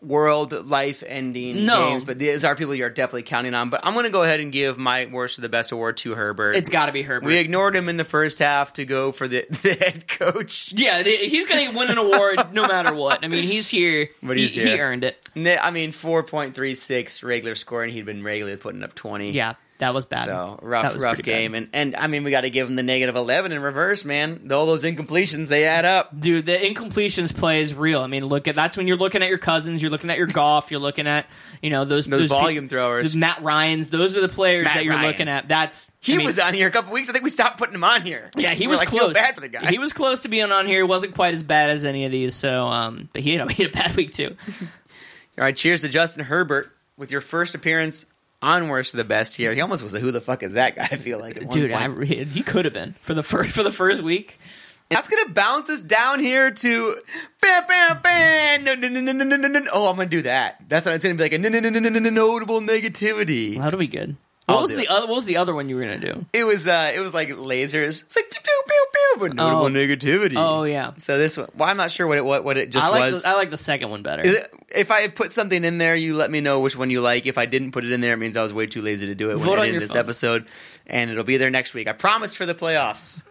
S1: world life ending
S2: No.
S1: games, but these are people you're definitely counting on. But I'm going to go ahead and give my worst of the best award to Herbert.
S2: It's got to be Herbert.
S1: we ignored him in the first half to go for the, the head coach.
S2: yeah, they, he's gonna win an award no matter what. I mean, he's here.
S1: But
S2: He-
S1: he's
S2: he
S1: here.
S2: earned it.
S1: Ne- I mean, 4.36 regular score, and he'd been regularly putting up 20.
S2: Yeah, that was bad.
S1: So
S2: That
S1: rough,
S2: was
S1: rough
S2: pretty bad.
S1: game, and and I mean we got to give him the negative eleven in reverse, man. All those incompletions they add up.
S2: Dude, the incompletions play is real. I mean, look at that's when you're looking at your cousins, you're looking at your golf, you're looking at you know those
S1: Those,
S2: pe-
S1: volume throwers.
S2: those Matt Ryan's. Those are the players
S1: Matt
S2: that you're
S1: Ryan.
S2: looking at. That's
S1: He
S2: I mean,
S1: was on here a couple weeks. I think we stopped putting him on here.
S2: Yeah, he
S1: We were
S2: was
S1: like,
S2: close.
S1: Feel bad for the guy.
S2: He was close to being on here. He wasn't quite as bad as any of these. So, um, but he had, a- he had a bad week too.
S1: All right, cheers to Justin Herbert with your first appearance on Worst of the Best here. He almost was a who the fuck is that guy? I feel like at one
S2: Dude,
S1: point.
S2: I, re- he could have been for the first for the first week.
S1: that's gonna bounce us down here to bam, bam, bam. No, no, no, no, no, no, no, no. Oh, I'm gonna do that. That's what it's gonna be like a no, no, no, no, no, no, no, notable negativity.
S2: That'll be good. What
S1: I'll
S2: was
S1: do
S2: the
S1: it.
S2: other? What was the other one you were gonna do?
S1: It was uh, it was like lasers. It's like pew pew pew pew, but notable
S2: Oh.
S1: negativity.
S2: Oh yeah,
S1: So this one, well, I'm not sure what it what, what it just
S2: I like
S1: was.
S2: the, I like the second one better.
S1: Is it, if I had put something in there, you let me know which one you like. If I didn't put it in there, it means I was way too lazy to do it when
S2: Vote on
S1: I did
S2: your
S1: this
S2: phones.
S1: episode, and it'll be there next week. I promise for the playoffs.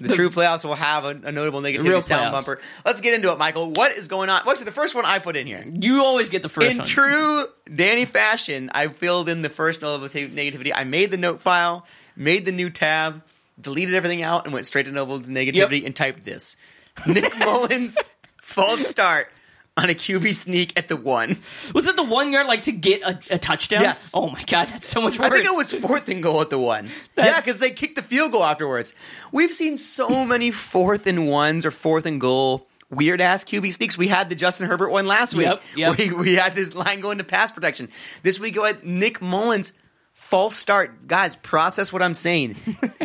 S1: The true playoffs will have a, a notable negativity
S2: Real
S1: sound
S2: playoffs.
S1: bumper. Let's get into it, Michael. What is going on? What's the first one I put in here?
S2: you always get the first
S1: In
S2: one.
S1: true Danny fashion, I filled in the first notable ta- negativity. I made the note file, made the new tab, deleted everything out, and went straight to notable negativity and typed this: Nick Mullins false start on a QB sneak at the one.
S2: Was it the one yard like to get a, a touchdown?
S1: Yes.
S2: Oh my god, that's so much
S1: I
S2: worse.
S1: think it was fourth and goal at the one. yeah,
S2: That's-
S1: because they kicked the field goal afterwards. We've seen so many fourth and ones or fourth and goal weird ass QB sneaks. We had the Justin Herbert one last week.
S2: Yep, yep.
S1: We, we had this line going to pass protection. This week, we had Nick Mullins. False start, guys. Process what I'm saying.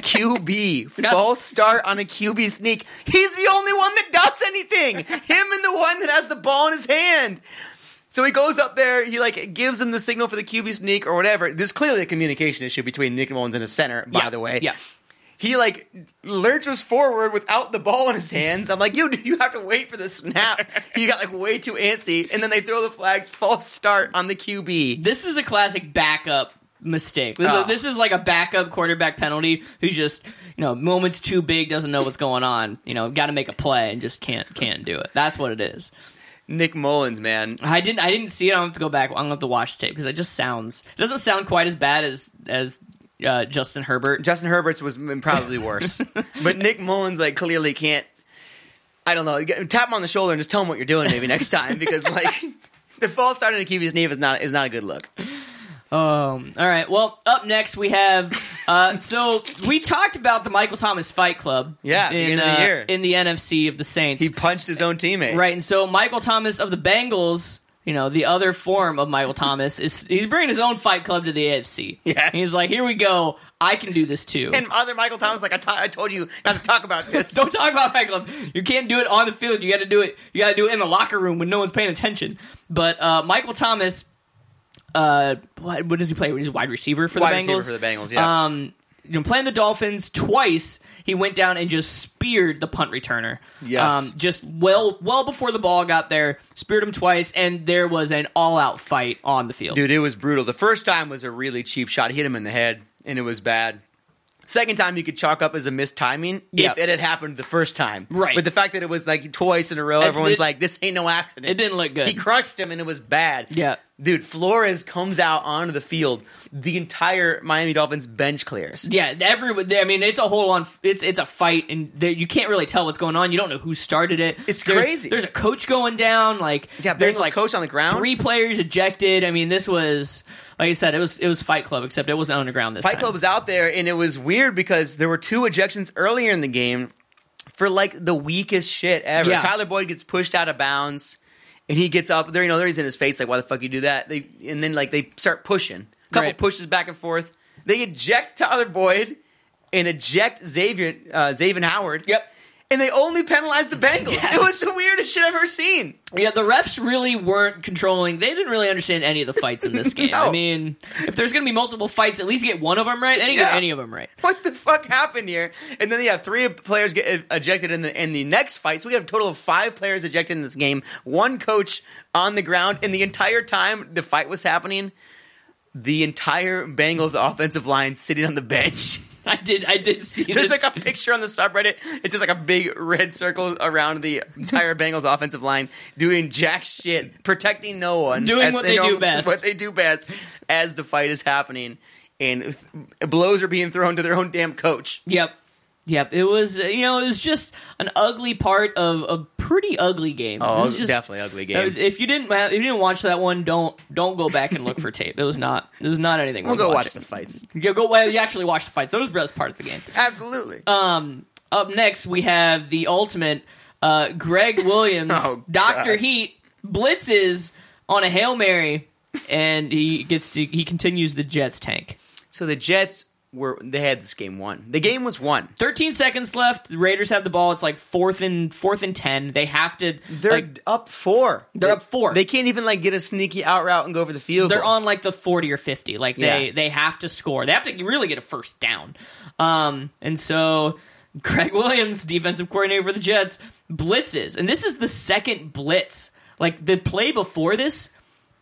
S1: QB false start on a QB sneak. He's the only one that does anything. Him and the one that has the ball in his hand. So he goes up there. He like gives him the signal for the QB sneak or whatever. There's clearly a communication issue between Nick Mullins and his center. By
S2: Yeah,
S1: the way,
S2: yeah.
S1: He like lurches forward without the ball in his hands. I'm like, you you have to wait for the snap. he got like way too antsy, and then they throw the flags false start on the QB.
S2: This is a classic backup mistake. This,
S1: Oh.
S2: is, this is like a backup quarterback penalty who just you know moments too big doesn't know what's going on. You know, got to make a play and just can't can't do it. That's what it is.
S1: Nick Mullins, man,
S2: I didn't I didn't see it. I don't have to go back. I'm gonna have to watch the tape because it just sounds it doesn't sound quite as bad as as uh, Justin Herbert.
S1: Justin Herbert's was probably worse, but Nick Mullins like clearly can't. I don't know. Get- Tap him on the shoulder and just tell him what you're doing maybe next time because like the false start on a QB's knee is not is not a good look.
S2: Um, all right. Well, up next we have Uh, so we talked about the Michael Thomas Fight Club.
S1: Yeah,
S2: in
S1: beginning of the
S2: uh,
S1: year.
S2: in the NFC of the Saints.
S1: He punched his own teammate.
S2: Right, and so Michael Thomas of the Bengals, you know, the other form of Michael Thomas, is he's bringing his own Fight Club to the AFC.
S1: Yes.
S2: he's like, here we go, I can do this too.
S1: And other Michael Thomas, like I to- I told you not to talk about this.
S2: Don't talk about Fight Club. You can't do it on the field. You got to do it. You got to do it in the locker room when no one's paying attention. But uh, Michael Thomas, uh, what, what does he play? He's a wide receiver for
S1: wide
S2: the
S1: receiver
S2: Bengals.
S1: for the Bengals. Yeah,
S2: um, you know, playing the Dolphins twice, he went down and just speared the punt returner.
S1: Yes.
S2: um, just well, well before the ball got there, speared him twice, and there was an all-out fight on the field.
S1: dude, it was brutal. The first time was a really cheap shot. Hit him in the head, and it was bad. Second time, you could chalk up as a missed timing
S2: Yeah.
S1: if it had happened the first time.
S2: Right.
S1: But the fact that it was like twice in a row,
S2: That's
S1: everyone's
S2: the-
S1: like, "This ain't no accident."
S2: It didn't look good.
S1: He crushed him, and it was bad.
S2: Yeah.
S1: dude, Flores comes out onto the field. The entire Miami Dolphins bench clears.
S2: Yeah, everyone. I mean, it's a whole on. It's it's a fight, and there, you can't really tell what's going on. You don't know who started it.
S1: It's
S2: There's-
S1: crazy.
S2: There's a coach going down. Like
S1: Yeah,
S2: there's
S1: Bengals
S2: like
S1: coach on the ground.
S2: three players ejected. I mean, this was like I said, it was it was Fight Club, except it wasn't underground this
S1: Fight
S2: time.
S1: Club was out there, and it was weird because there were two ejections earlier in the game for like the weakest shit ever.
S2: Yeah.
S1: Tyler Boyd gets pushed out of bounds, and he gets up there. You know, there he's in his face, like, "Why the fuck you do that?" They and then like they start pushing, a couple
S2: Right.
S1: pushes back and forth. They eject Tyler Boyd and eject Xavier uh, Xavier Howard.
S2: Yep.
S1: And they only penalized the Bengals.
S2: Yes.
S1: It was the weirdest shit I've ever seen.
S2: Yeah, the refs really weren't controlling. They didn't really understand any of the fights in this game.
S1: No.
S2: I mean, if there's going to be multiple fights, at least get one of them right. They didn't get
S1: Yeah.
S2: any of them right.
S1: What the fuck happened here? And then yeah, three players get e-, ejected in the in the next fight. So we have a total of five players ejected in this game. One coach on the ground, and the entire time the fight was happening, the entire Bengals offensive line sitting on the bench.
S2: I did. I did see
S1: There's
S2: this.
S1: like a picture on the subreddit. It's just like a big red circle around the entire Bengals offensive line doing jack shit, protecting no one,
S2: Doing what they do
S1: norm-
S2: best.
S1: What they do best as the fight is happening, and th- blows are being thrown to their own damn coach.
S2: Yep. Yep. It was, uh, you know, it was just an ugly part of a pretty ugly game.
S1: Oh,
S2: it was
S1: it was
S2: just-
S1: definitely an ugly
S2: uh,
S1: game.
S2: If you didn't if you didn't watch that one, don't don't go back and look for tape. It was not it was not anything.
S1: We'll
S2: worth
S1: go watch the
S2: watching.
S1: fights.
S2: Yeah, go well, you actually watch the fights. That was the best part of the game.
S1: Absolutely.
S2: Um, up next, we have the ultimate uh, Greg Williams,
S1: Oh,
S2: Doctor
S1: God.
S2: Heat, blitzes on a hail mary, and he gets to he continues the Jets tank.
S1: so the Jets were they had this game won. The game was won.
S2: Thirteen seconds left. The Raiders have the ball. It's like fourth and fourth and ten. They have to.
S1: They're
S2: like,
S1: up four.
S2: They're
S1: They-
S2: up four.
S1: They can't even like get a sneaky out route and go for the field.
S2: they're
S1: goal.
S2: on like the forty or fifty. Like they
S1: Yeah.
S2: they have to score. They have to really get a first down. Um, and so Greg Williams, defensive coordinator for the Jets, blitzes, and this is the second blitz. Like the play before this,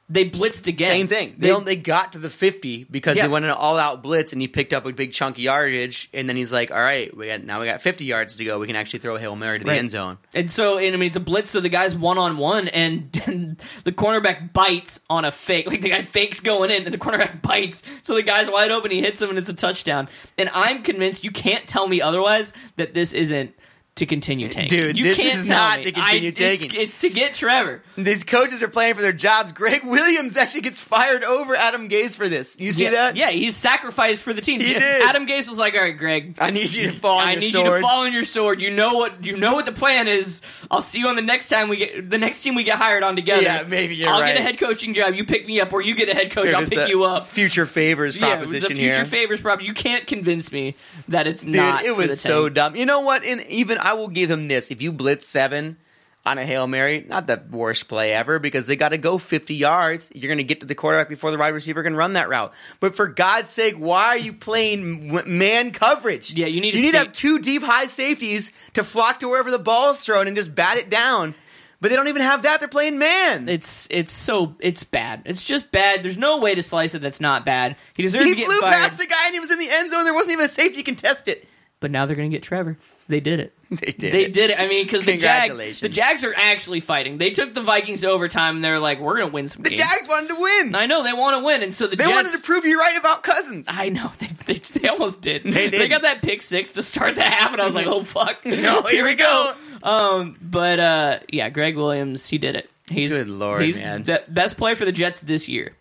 S2: they blitzed again.
S1: Same thing. They, only got to the fifty because
S2: Yeah.
S1: they went an all out blitz and he picked up a big chunk of yardage. And then he's like, "All right, we got now we got fifty yards to go. We can actually throw a hail mary to the
S2: Right.
S1: end zone."
S2: And so, and I mean, it's a blitz, so the guy's one on one, and the cornerback bites on a fake. Like the guy fakes going in, and the cornerback bites. So the guy's wide open, he hits him, and it's a touchdown. And I'm convinced you can't tell me otherwise that this isn't to continue tanking.
S1: Dude,
S2: You
S1: this
S2: can't
S1: is
S2: tell
S1: not
S2: me.
S1: to continue
S2: I- it's-
S1: tanking.
S2: It's, to get Trevor.
S1: These coaches are playing for their jobs. Greg Williams actually gets fired over Adam Gaze for this. You see
S2: yeah,
S1: that?
S2: Yeah, he's sacrificed for the team.
S1: He did.
S2: Adam Gase was like, "All right, Greg,
S1: I need you to fall on
S2: I
S1: your
S2: need
S1: sword.
S2: you to fall on your sword. You know what? You know what the plan is. I'll see you on the next time we get the next team we get hired on together.
S1: Yeah, maybe you're
S2: I'll get a
S1: right.
S2: head coaching job. You pick me up, or you get a head coach.
S1: Dude,
S2: I'll
S1: it's
S2: pick
S1: a
S2: you up.
S1: Future favors
S2: yeah,
S1: proposition
S2: it's a future
S1: here.
S2: favors problem. You can't convince me that it's
S1: Dude,
S2: not.
S1: it
S2: for the
S1: was so
S2: tank.
S1: dumb. You know what? And even I will give him this. If you blitz seven on a Hail Mary, not the worst play ever, because they gotta go fifty yards. You're gonna get to the quarterback before the wide receiver can run that route. But for God's sake, why are you playing w- man coverage?
S2: Yeah, you need
S1: You
S2: a
S1: need to
S2: safe-
S1: have two deep high safeties to flock to wherever the ball's thrown and just bat it down. But they don't even have that. They're playing man.
S2: It's it's so it's bad. It's just bad. There's no way to slice it. That's not bad. He deserved
S1: he
S2: to get
S1: blew
S2: fired.
S1: past the guy and he was in the end zone. There wasn't even a safety contest it.
S2: but now they're gonna get Trevor. They did it.
S1: They did.
S2: They
S1: it.
S2: did it. I mean, because the Jags,
S1: Congratulations.
S2: the Jags are actually fighting. They took the Vikings to overtime, and they're like, "We're gonna win some
S1: The
S2: games."
S1: Jags wanted to win.
S2: I know they want to win, and so the
S1: They
S2: Jets.
S1: wanted to prove you right about Cousins.
S2: I know they, they, they almost did.
S1: They did.
S2: got that pick six to start the half, and I was like, "Oh fuck,
S1: No, here we go.
S2: Um, but uh, yeah, Greg Williams, he did it. He's
S1: Good lord,
S2: he's
S1: man.
S2: the best play for the Jets this year.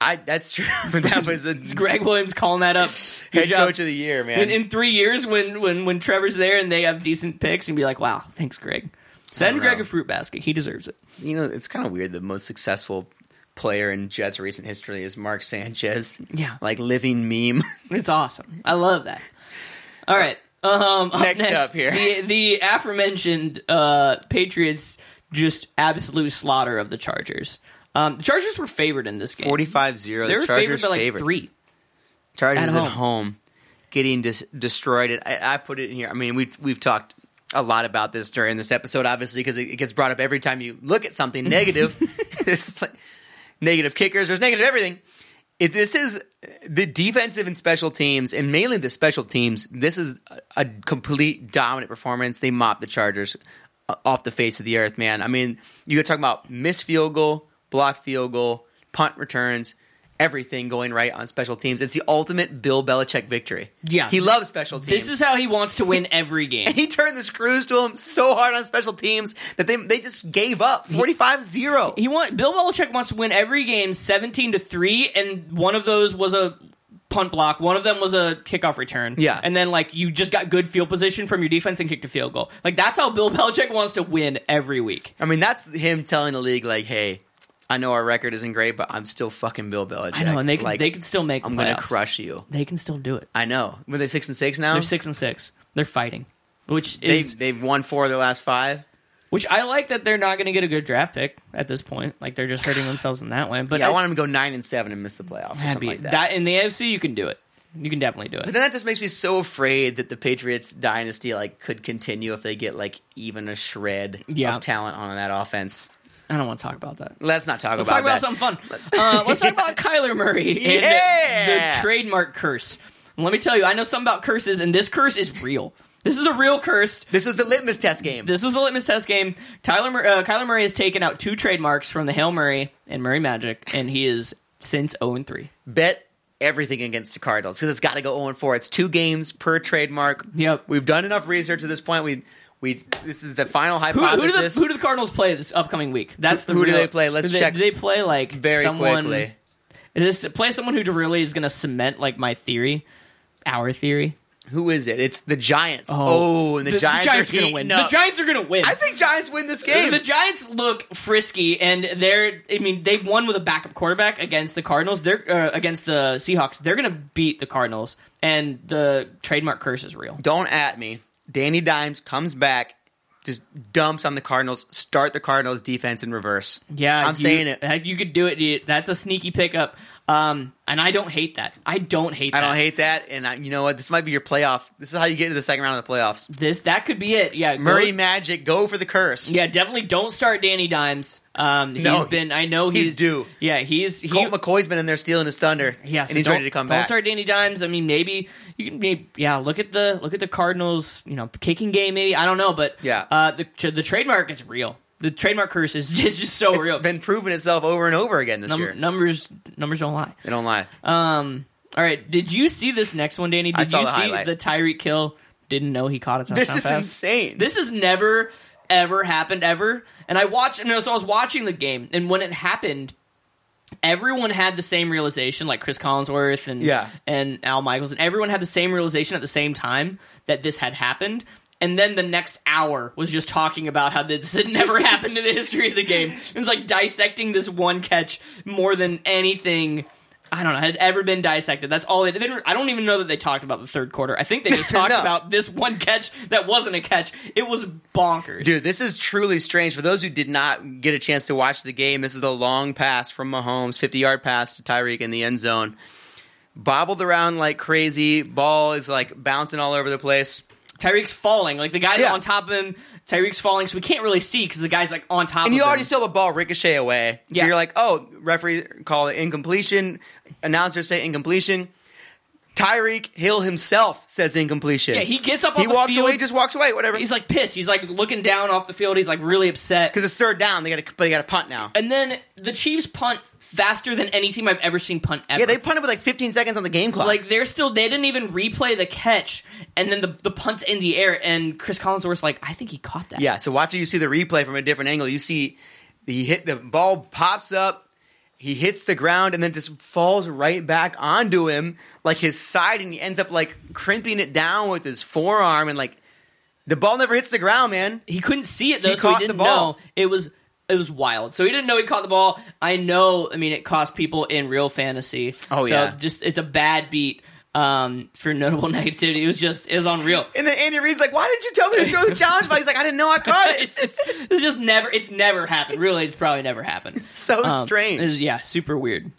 S1: I that's true. that was a
S2: It's Greg Williams calling that up. Good
S1: head
S2: job.
S1: coach of the year, man.
S2: in, in three years, when when when Trevor's there and they have decent picks, and be like, "Wow, thanks, Greg. Send
S1: don't
S2: Greg
S1: know.
S2: a fruit basket. He deserves it."
S1: you know, it's kind of weird. The most successful player in Jets recent history is Mark Sanchez.
S2: Yeah.
S1: like living meme.
S2: It's awesome. I love that. All right. Um, up
S1: Next
S2: next,
S1: up here.
S2: the, the aforementioned uh, Patriots just absolute slaughter of the Chargers. Um, the Chargers were favored in this game.
S1: 45-0.
S2: They
S1: The
S2: were
S1: Chargers
S2: favored by like
S1: favored.
S2: three.
S1: Chargers
S2: At
S1: at home,
S2: home.
S1: getting dis- destroyed. It. I, I put it in here. I mean, we've we've talked a lot about this during this episode, obviously, because it, it gets brought up every time you look at something negative. it's like negative kickers. There's negative everything. It, this is the defensive and special teams, and mainly the special teams. This is a, a complete dominant performance. They mopped the Chargers uh, off the face of the earth, man. I mean, you're talking about missed field goal, blocked field goal, punt returns, everything going right on special teams. It's the ultimate Bill Belichick victory.
S2: Yeah.
S1: he loves special teams.
S2: This is how he wants to win every game.
S1: he turned the screws to him so hard on special teams that they they just gave up 45-0.
S2: He want Bill Belichick wants to win every game seventeen to three, and one of those was a punt block, one of them was a kickoff return.
S1: Yeah.
S2: and then like you just got good field position from your defense and kicked a field goal. Like that's how Bill Belichick wants to win every week.
S1: I mean, that's him telling the league, like, "Hey, I know our record isn't great, but I'm still fucking Bill Belichick.
S2: I know, and they can,
S1: like,
S2: they can still make.
S1: I'm
S2: going
S1: gonna
S2: to
S1: crush you.
S2: They can still do it.
S1: I know. Were they six and six now?
S2: They're six and six. They're fighting, which
S1: they
S2: is
S1: they've won four of their last five.
S2: which I like that they're not going to get a good draft pick at this point. Like they're just hurting themselves in that way. But
S1: Yeah, I,
S2: I,
S1: want them to go nine and seven and miss the playoffs or
S2: that'd
S1: something
S2: be-
S1: like that.
S2: that in the AFC you can do it. You can definitely do it.
S1: But then that just makes me so afraid that the Patriots dynasty like could continue if they get like even a shred
S2: Yeah.
S1: of talent on that offense.
S2: I don't want to talk about that.
S1: Let's not talk
S2: Let's
S1: about
S2: talk
S1: that.
S2: about something fun. Uh, let's talk about Kyler Murray and
S1: Yeah!
S2: the, the trademark curse. And let me tell you, I know something about curses, and this curse is real. This is a real curse.
S1: This was the litmus test game.
S2: This was a litmus test game. Tyler Mur- uh, Kyler Murray has taken out two trademarks from the Hail Murray and Murray Magic, and he is since 0 and 3.
S1: bet everything against the Cardinals because it's got to go 0 4. It's two games per trademark.
S2: Yep.
S1: We've done enough research at this point. We we this is the final
S2: Who, who, do the,
S1: hypothesis.
S2: who do the Cardinals play this upcoming week? That's the
S1: Who do
S2: real-
S1: they play? Let's
S2: do they,
S1: check
S2: Do they play like
S1: very
S2: someone,
S1: quickly.
S2: Is this, play someone who really is going to cement like my theory, our theory.
S1: Who is it? It's the Giants. Oh,
S2: Oh.
S1: and the, Giants, are
S2: gonna
S1: going to
S2: win. The Giants are going to win.
S1: I think Giants win this
S2: The-
S1: game.
S2: The Giants look frisky, and they're. I mean, they won with a backup quarterback against the Cardinals. They're uh, against the Seahawks. They're going to beat the Cardinals, and the trademark curse is real.
S1: Don't at me. Danny Dimes comes back, just dumps on the Cardinals. Start the Cardinals defense in reverse.
S2: Yeah,
S1: I'm
S2: you-
S1: saying it.
S2: uh, You could do it. dude. That's a sneaky pickup, um, and I don't hate that. I don't hate.
S1: I
S2: that.
S1: don't hate that. And I, you know what? This might be your playoff. This is how you get to the second round of the playoffs.
S2: this. That could be it. Yeah, go-
S1: Murray Magic, go for the curse.
S2: yeah, definitely don't start Danny Dimes. Um,
S1: No,
S2: he's been. I know
S1: he's
S2: he's,
S1: due.
S2: Yeah, he's he.
S1: Colt McCoy's been in there stealing his thunder.
S2: Yeah, so
S1: and he's
S2: don't-
S1: ready to come
S2: don't
S1: back.
S2: start Danny Dimes. I mean, maybe you can. Maybe, yeah, look at the look at the Cardinals. You know, kicking game. Maybe I don't know, but
S1: Yeah.
S2: uh, the tra- the trademark is real. The trademark curse is, is just so
S1: It's
S2: real.
S1: been proving itself over and over again this
S2: Num-
S1: year.
S2: numbers numbers don't lie.
S1: They don't lie.
S2: Um, all right, did you see this next one, Danny? Did
S1: I saw
S2: you
S1: the
S2: see
S1: highlight.
S2: the Tyreek kill? Didn't know he caught a touchdown
S1: this is
S2: pass.
S1: insane.
S2: This has never ever happened ever. And I watched no, so I was watching the game, and when it happened, everyone had the same realization, like Chris Collinsworth and
S1: Yeah.
S2: and Al Michaels, and everyone had the same realization at the same time that this had happened. And then the next hour was just talking about how this had never happened in the history of the game. It was like dissecting this one catch more than anything. I don't know had ever been dissected. That's all they, they didn't. I don't even know that they talked about the third quarter. I think they just talked
S1: No.
S2: about this one catch that wasn't a catch. It was bonkers.
S1: Dude, this is truly strange. For those who did not get a chance to watch the game, this is the long pass from Mahomes, 50 yard pass to Tyreek in the end zone. Bobbled around like crazy. Ball is like bouncing all over the place.
S2: Tyreek's falling. Like the guy's
S1: Yeah.
S2: on top of him. Tyreek's falling, so we can't really see because the guy's like on top.
S1: And
S2: of
S1: you already
S2: him.
S1: saw the ball ricochet away. So
S2: Yeah.
S1: you're like, oh, referee call it incompletion. Announcers say incompletion. Tyreek Hill himself says incompletion.
S2: Yeah, he gets up.
S1: He
S2: off the
S1: walks
S2: field.
S1: away, just walks away, whatever.
S2: He's like pissed. He's like looking down off the field. He's like really upset.
S1: Because it's third down, they got to they got to punt now.
S2: And then the Chiefs punt faster than any team I've ever seen punt ever.
S1: Yeah, they punted with like 15 seconds on the game clock.
S2: like they're still they didn't even replay the catch, and then the the punt's in the air, and Chris Collinsworth's like, I think he caught that.
S1: Yeah, so after you see the replay from a different angle, you see he hit the ball pops up. He hits the ground and then just falls right back onto him, like his side, and he ends up like crimping it down with his forearm and like the ball never hits the ground, man.
S2: He couldn't see it though,
S1: He
S2: so he
S1: caught the
S2: didn't
S1: ball.
S2: know. It was it was wild. So he didn't know he caught the ball. I know. I mean, it cost people in real fantasy.
S1: Oh,
S2: so
S1: yeah.
S2: just it's a bad beat um, for notable negativity. It was just it was unreal.
S1: And then Andy Reid's like, "Why didn't you tell me to throw the challenge?" ball?" He's like, "I didn't know I caught it."
S2: it's, it's it's just never it's never happened. Really, it's probably never happened.
S1: so
S2: Um,
S1: strange.
S2: it was- yeah, super weird.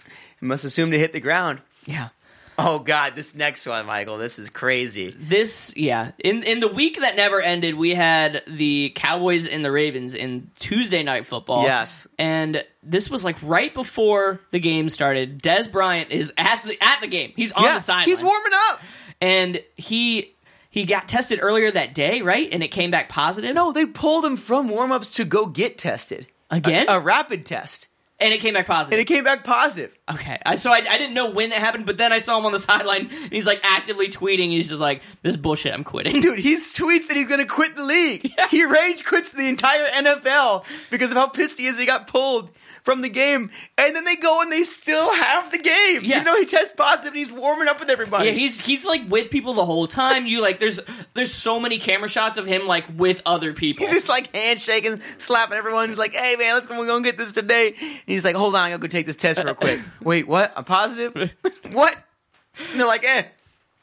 S1: Must assume to hit the ground.
S2: Yeah.
S1: Oh God, this next one, Michael. This is crazy.
S2: This yeah. In in the week that never ended, we had the Cowboys and the Ravens in Tuesday night football.
S1: Yes.
S2: And this was like right before the game started. Des Bryant is at the at the game. He's on the sideline.
S1: he's warming up.
S2: and he he got tested earlier that day, right? And it came back positive.
S1: No, uh, they pulled him from warmups to go get tested.
S2: Again?
S1: A, a rapid test.
S2: and it came back
S1: uh,
S2: positive.
S1: And it came back positive.
S2: Okay, I, so I, I didn't know when that happened, but then I saw him on the sideline. And he's like actively tweeting. He's just like, "This is bullshit. I'm quitting."
S1: Dude, he tweets that he's going to quit the league. He rage quits the entire NFL because of how pissed he is he got pulled from the game. And then they go and they still have the game.
S2: Yeah.
S1: You know, he tests positive and he's warming up with everybody.
S2: Yeah, he's he's like with people the whole time. You like, there's there's so many camera shots of him like with other people.
S1: He's just like handshaking, slapping everyone. He's like, "Hey man, let's go, we're gonna get this today." And he's like, "Hold on, I gotta go take this test real quick." Wait, what? I'm positive. what? And they're like, "Eh,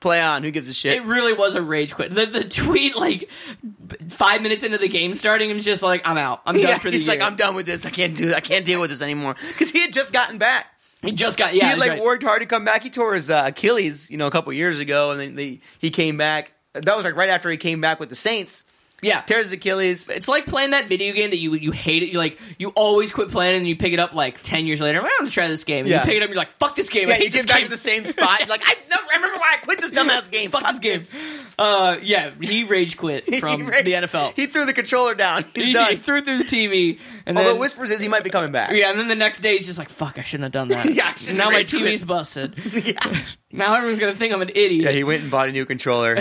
S1: play on. Who gives a shit?"
S2: it really was a rage quit. The the tweet like b- five minutes into the game starting, he's just like, "I'm out. I'm done
S1: yeah,
S2: for the
S1: he's
S2: year."
S1: like, "I'm done with this. I can't do. I can't deal with this anymore." Because he had just gotten back.
S2: he just got
S1: he
S2: yeah.
S1: had
S2: that's
S1: like
S2: right.
S1: worked hard to come back. He tore his uh, Achilles, you know, a couple years ago, and then they, he came back. That was like right after he came back with the Saints.
S2: yeah.
S1: Tears his Achilles.
S2: It's like playing that video game that you you hate it. You like you always quit playing and you pick it up like ten years later. I'm gonna try this game. And
S1: Yeah.
S2: You pick it up. You're like fuck this game. I
S1: Yeah,
S2: hate
S1: he
S2: this
S1: gets back
S2: game.
S1: to the same spot. He's like, I, no, I remember why I quit this dumbass game.
S2: fuck, this
S1: this."
S2: game. Uh, yeah, he rage quit from
S1: He raged-
S2: the NFL.
S1: He threw the controller down. He's
S2: He,
S1: done.
S2: he threw it through the TV, and
S1: Although
S2: then
S1: whispers is he might be coming back.
S2: yeah, and then the next day he's just like, "Fuck, I shouldn't have done that."
S1: Yeah, I shouldn't
S2: now
S1: have
S2: my
S1: rage quit.
S2: TV's busted.
S1: yeah.
S2: Now everyone's gonna think I'm an idiot.
S1: Yeah, he went and bought a new controller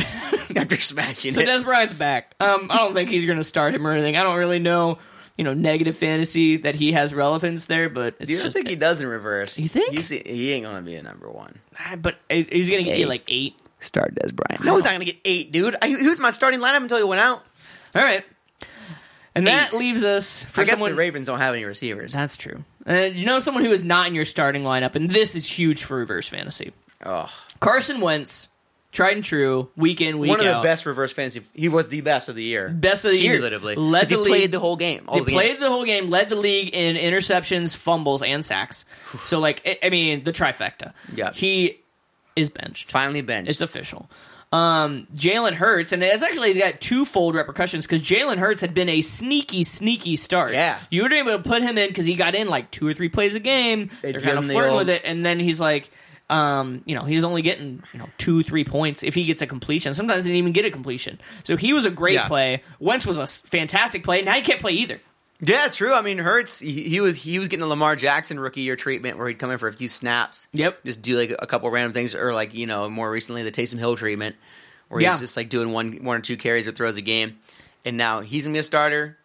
S1: after smashing
S2: so
S1: it.
S2: Des Bryant's back. Um, I don't think he's gonna start him or anything. I don't really know, you know, negative fantasy that he has relevance there, but it's
S1: You don't
S2: just.
S1: think he does in reverse?
S2: You think?
S1: He's, he ain't gonna be a number one.
S2: ah, but he's gonna get you
S1: Eight.
S2: like eight.
S1: Start Des Bryant. No, he's not gonna get eight, dude. I, he was my starting lineup until he went out.
S2: All right. And that
S1: Eight.
S2: leaves us for
S1: I guess
S2: someone.
S1: the Ravens don't have any receivers.
S2: That's true. And you know someone who is not in your starting lineup, and this is huge for reverse fantasy.
S1: Oh,
S2: Carson Wentz, tried and true, week in, week
S1: one of
S2: out.
S1: the best reverse fantasy. He was the best of the year.
S2: Best of the year.
S1: cumulatively.
S2: Led
S1: 'Cause he
S2: the league.
S1: played the whole game. All
S2: He
S1: the
S2: played
S1: games.
S2: the whole game, led the league in interceptions, fumbles, and sacks. So, like, I- I mean, the trifecta.
S1: Yeah.
S2: He is benched.
S1: finally benched.
S2: It's official. Um, Jalen Hurts, and it's actually got twofold repercussions because Jalen Hurts had been a sneaky, sneaky start.
S1: Yeah.
S2: you were able to put him in because he got in like two or three plays a game.
S1: They
S2: They are kind
S1: give
S2: of
S1: him the
S2: flirting
S1: old-
S2: with it, and then he's like, um, you know, he's only getting you know two, three points if he gets a completion. Sometimes he didn't even get a completion. So he was a great
S1: Yeah.
S2: play. Wentz was a s- fantastic play. Now he can't play either.
S1: Yeah, true. I mean, Hurts he, he was he was getting the Lamar Jackson rookie year treatment where he'd come in for a few snaps.
S2: Yep.
S1: just do like a couple random things, or like you know more recently the Taysom Hill treatment where
S2: Yeah.
S1: he's just like doing one one or two carries or throws a game, and now he's gonna be a starter.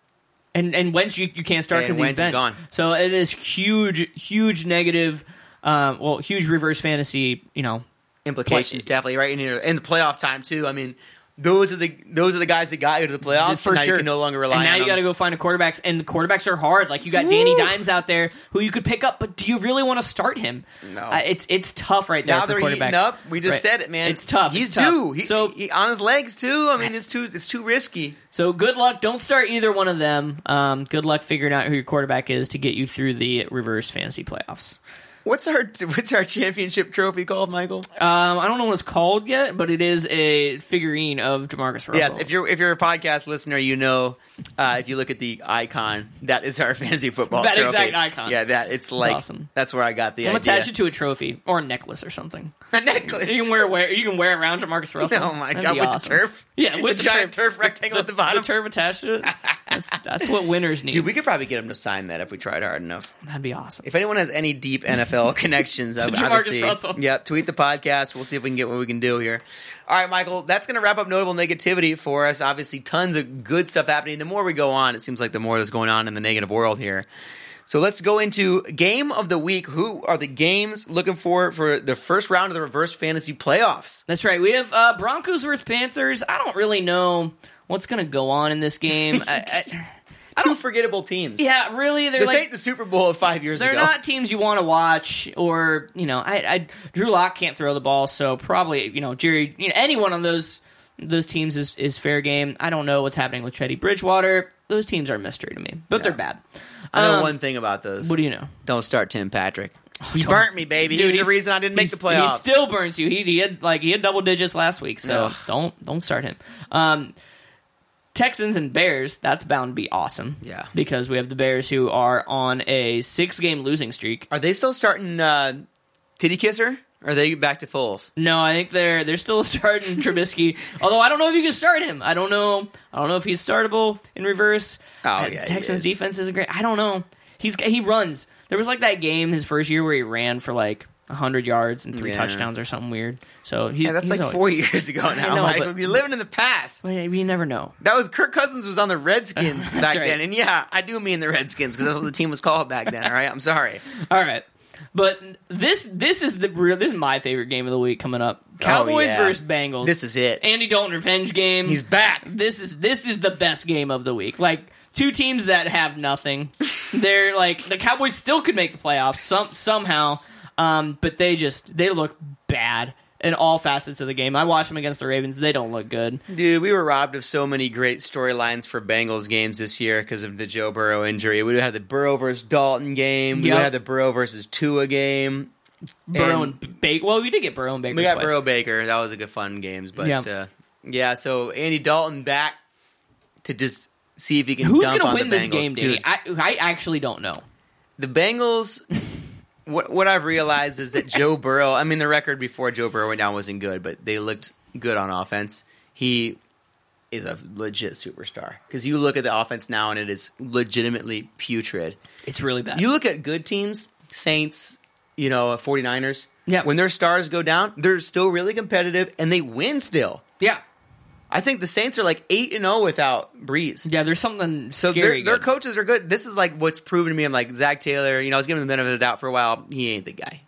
S2: and and Wentz you, you can't start
S1: And
S2: because he's
S1: Wentz is
S2: benched.
S1: gone.
S2: So it is huge, huge negative. Um, well, huge reverse fantasy. You know,
S1: Implications
S2: Play-
S1: definitely right in here in the playoff time too. I mean, those are the those are the guys that got you to the playoffs.
S2: for
S1: and now
S2: sure.
S1: you can no longer rely.
S2: And now
S1: on
S2: you
S1: them.
S2: got to go find a quarterbacks, and the quarterbacks are hard. Like you got Danny
S1: Woo!
S2: Dimes out there who you could pick up, but do you really want to start him?
S1: No.
S2: Uh, it's it's tough right there.
S1: Now
S2: for
S1: they're
S2: quarterbacks.
S1: eating up. We just
S2: Right.
S1: said it, man.
S2: It's tough.
S1: He's
S2: It's tough.
S1: due. He,
S2: so
S1: he- on his legs too. I mean, it's too it's too risky.
S2: so good luck. Don't start either one of them. Um, good luck figuring out who your quarterback is to get you through the reverse fantasy playoffs.
S1: What's our what's our championship trophy called, Michael?
S2: Um, I don't know what it's called yet, but it is a figurine of Demarcus Russell.
S1: Yes, if you're if you're a podcast listener, you know uh, if you look at the icon, that is our fantasy football.
S2: That
S1: trophy.
S2: exact icon.
S1: Yeah, that it's like
S2: awesome.
S1: that's where I got the
S2: I'm
S1: idea.
S2: attach it to a trophy or a necklace or something.
S1: a necklace.
S2: You can wear, wear you can wear it around Jamarcus Russell.
S1: oh my
S2: That'd
S1: god,
S2: be
S1: with
S2: awesome.
S1: the turf.
S2: Yeah, with
S1: the,
S2: the
S1: giant
S2: turf.
S1: turf, rectangle at the bottom.
S2: The turf attached to it. That's, that's what winners need.
S1: Dude, we could probably get him to sign that if we tried hard enough.
S2: That'd be awesome.
S1: If anyone has any deep NFL connections, ob-
S2: Jamarcus
S1: obviously,
S2: Russell.
S1: yep, tweet the podcast. We'll see if we can get what we can do here. All right, Michael, that's going to wrap up notable negativity for us. Obviously, tons of good stuff happening. The more we go on, it seems like the more that's going on in the negative world here. So let's go into game of the week. Who are the games looking for for the first round of the reverse fantasy playoffs?
S2: That's right. We have uh, Broncos versus Panthers. I don't really know what's going to go on in this game. I, I,
S1: Two forgettable teams.
S2: yeah, really, they're
S1: This
S2: like
S1: ain't the Super Bowl of five years
S2: they're
S1: ago.
S2: not teams you want to watch, or you know, I, I Drew Lock can't throw the ball, so probably you know Jerry, you know, anyone on those those teams is is fair game. I don't know what's happening with Teddy Bridgewater. Those teams are a mystery to me, but they're bad.
S1: I know
S2: Um,
S1: one thing about those.
S2: What do you know?
S1: Don't start Tim Patrick. He
S2: don't-
S1: burnt me, baby. he's, the
S2: he's-
S1: reason I didn't make
S2: he's-
S1: the playoffs.
S2: He still burns you. He, he had like he had double digits last week, so
S1: Ugh.
S2: don't don't start him. Um, Texans and Bears. That's bound to be awesome.
S1: Yeah.
S2: because we have the Bears who are on a six game losing streak.
S1: Are they still starting uh, Titty Kisser? Or are they back to Foles?
S2: No, I think they're they're still starting Trubisky. Although I don't know if you can start him. I don't know. I don't know if he's startable in reverse.
S1: Oh,
S2: Uh,
S1: yeah, he
S2: Texans
S1: is.
S2: defense is great. I don't know. He's he runs. There was like that game his first year where he ran for like hundred yards and three
S1: Yeah.
S2: touchdowns or something weird. So he,
S1: Yeah, that's
S2: he's
S1: like
S2: always-
S1: four years ago now.
S2: know,
S1: Michael.
S2: but-
S1: You're living in the past.
S2: Well, yeah, You never know.
S1: That was Kirk Cousins was on the Redskins
S2: That's
S1: back
S2: right.
S1: then, and yeah, I do mean the Redskins because that's what the team was called back then. All right, I'm sorry.
S2: All right. But this this is the real this is my favorite game of the week coming up. Cowboys
S1: Oh, yeah.
S2: versus Bengals.
S1: This is it.
S2: Andy Dalton revenge game.
S1: He's back.
S2: this is this is the best game of the week. Like two teams that have nothing. They're like the Cowboys still could make the playoffs some somehow, um, but they just they look bad in all facets of the game. I watched them against the Ravens. They don't look good.
S1: Dude, we were robbed of so many great storylines for Bengals games this year because of the Joe Burrow injury. We would have had the Burrow versus Dalton game. We would
S2: Yep.
S1: have the Burrow versus Tua game.
S2: Burrow and, Baker. Well, we did get Burrow and Baker.
S1: We got
S2: twice.
S1: Burrow Baker. That was a good fun games, but
S2: Yeah.
S1: yeah. Uh, yeah. So Andy Dalton back to just see if he can.
S2: Who's
S1: dump
S2: gonna
S1: on
S2: win
S1: the
S2: this
S1: Bengals.
S2: game, Danny?
S1: Dude,
S2: I, I actually don't know.
S1: the Bengals. what what I've realized is that Joe Burrow. I mean, the record before Joe Burrow went down wasn't good, but they looked good on offense. He is a legit superstar because you look at the offense now and it is legitimately putrid.
S2: It's really bad.
S1: You look at good teams, Saints, you know, uh, 49ers.
S2: Yeah.
S1: When their stars go down, they're still really competitive and they win still.
S2: yeah.
S1: I think the Saints are like 8 and 0 without Breeze.
S2: Yeah, there's something
S1: So
S2: scary.
S1: their, their
S2: good.
S1: coaches are good. This is like what's proven to me. I'm like Zach Taylor. You know, I was giving him the benefit of the doubt for a while. He ain't the guy.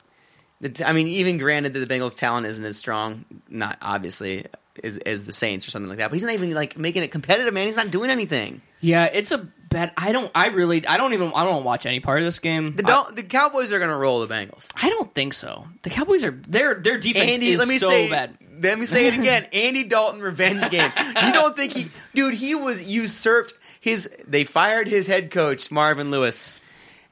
S1: It's- I mean, even granted that the Bengals' talent isn't as strong, not obviously as, as the Saints or something like that. But he's not even like making it competitive, man. He's not doing anything.
S2: yeah, it's a bad. I don't. I really. I don't even. I don't watch any part of this game.
S1: The
S2: I,
S1: Dol- the Cowboys are going to roll the Bengals.
S2: I don't think so. The Cowboys are their their defense
S1: Andy,
S2: is
S1: let me
S2: so
S1: say,
S2: bad.
S1: let me say it again. Andy Dalton revenge game. You don't think he, dude? He was usurped. His they fired his head coach Marvin Lewis.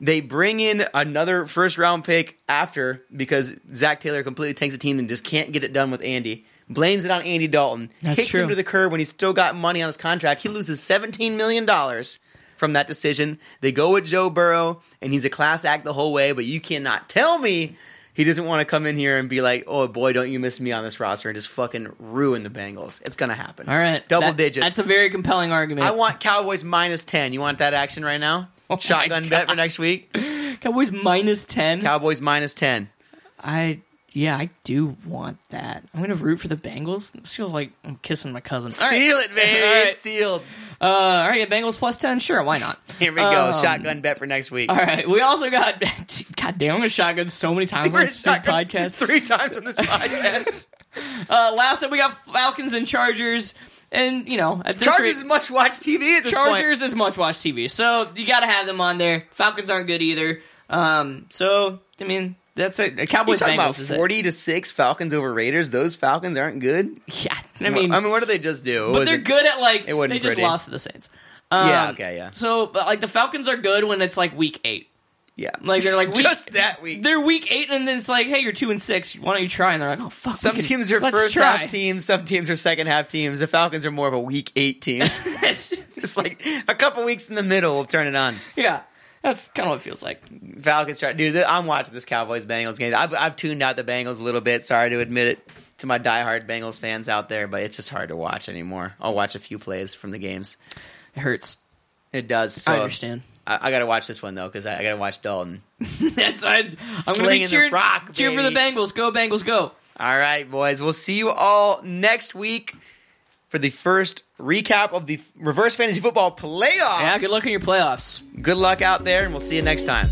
S1: They bring in another first round pick after because Zach Taylor completely tanks the team and just can't get it done with Andy. Blames it on Andy Dalton.
S2: That's
S1: kicks
S2: true.
S1: him to the curb when he's still got money on his contract. He loses seventeen million dollars from that decision. They go with Joe Burrow, and he's a class act the whole way. But you cannot tell me he doesn't want to come in here and be like, "Oh boy, don't you miss me on this roster?" and just fucking ruin the Bengals. It's gonna happen.
S2: All right,
S1: double
S2: that-
S1: digits.
S2: That's a very compelling argument.
S1: I want Cowboys minus ten. You want that action right now?
S2: Oh my
S1: Shotgun bet for next week.
S2: Cowboys minus ten.
S1: Cowboys minus ten.
S2: I yeah, I do want that. I'm gonna root for the Bengals. This feels like I'm kissing my cousin. All right,
S1: Seal it, baby.
S2: All right.
S1: It's sealed.
S2: uh, all right, yeah, Bengals plus ten. Sure, why not?
S1: Here we go.
S2: Um,
S1: Shotgun bet for next week.
S2: All right, we also got. God damn, I'm gonna shotgun so many times on
S1: We're
S2: this stupid
S1: shotgun
S2: podcast.
S1: three times on this podcast.
S2: Uh, last up, we got Falcons and Chargers, and you know at this
S1: Chargers
S2: rate,
S1: must watch TV at this point.
S2: Chargers is much watch TV, so you got to have them on there. Falcons aren't good either, um, so I mean that's it.
S1: You
S2: Cowboys
S1: talking about
S2: Bengals is it.
S1: forty to six Falcons over Raiders? Those Falcons aren't good.
S2: Yeah, I mean,
S1: I mean, what did they just do?
S2: but
S1: Was
S2: they're
S1: it-
S2: good at like
S1: it wasn't
S2: they just
S1: pretty.
S2: lost to the Saints. Um,
S1: Yeah, okay, yeah.
S2: So, but like the Falcons are good when it's like week eight.
S1: Yeah,
S2: Like they're like week,
S1: just that week.
S2: They're week eight, and then it's like, hey, you're two and six. Why don't you try? And they're like, oh fuck. we
S1: Some
S2: can-
S1: teams are
S2: let's
S1: first
S2: try.
S1: half teams. Some teams are second half teams. The Falcons are more of a week eight team. Just like a couple weeks in the middle, we'll turn it on.
S2: yeah, that's kind of what it feels like.
S1: Falcons try, dude. th- I'm watching this Cowboys Bengals game. I've, I've tuned out the Bengals a little bit. Sorry to admit it to my diehard Bengals fans out there, but it's just hard to watch anymore. I'll watch a few plays from the games.
S2: It hurts.
S1: It does. So
S2: I understand.
S1: I, I got to watch this one though because I, I got to watch Dalton.
S2: That's I, I'm going to be
S1: Slinging the
S2: cheering,
S1: rock,
S2: cheering for the
S1: baby.
S2: Bengals. Go Bengals, go!
S1: All right, boys. We'll see you all next week for the first recap of the reverse fantasy football playoffs.
S2: Yeah, good luck in your playoffs.
S1: Good luck out there, and we'll see you next time.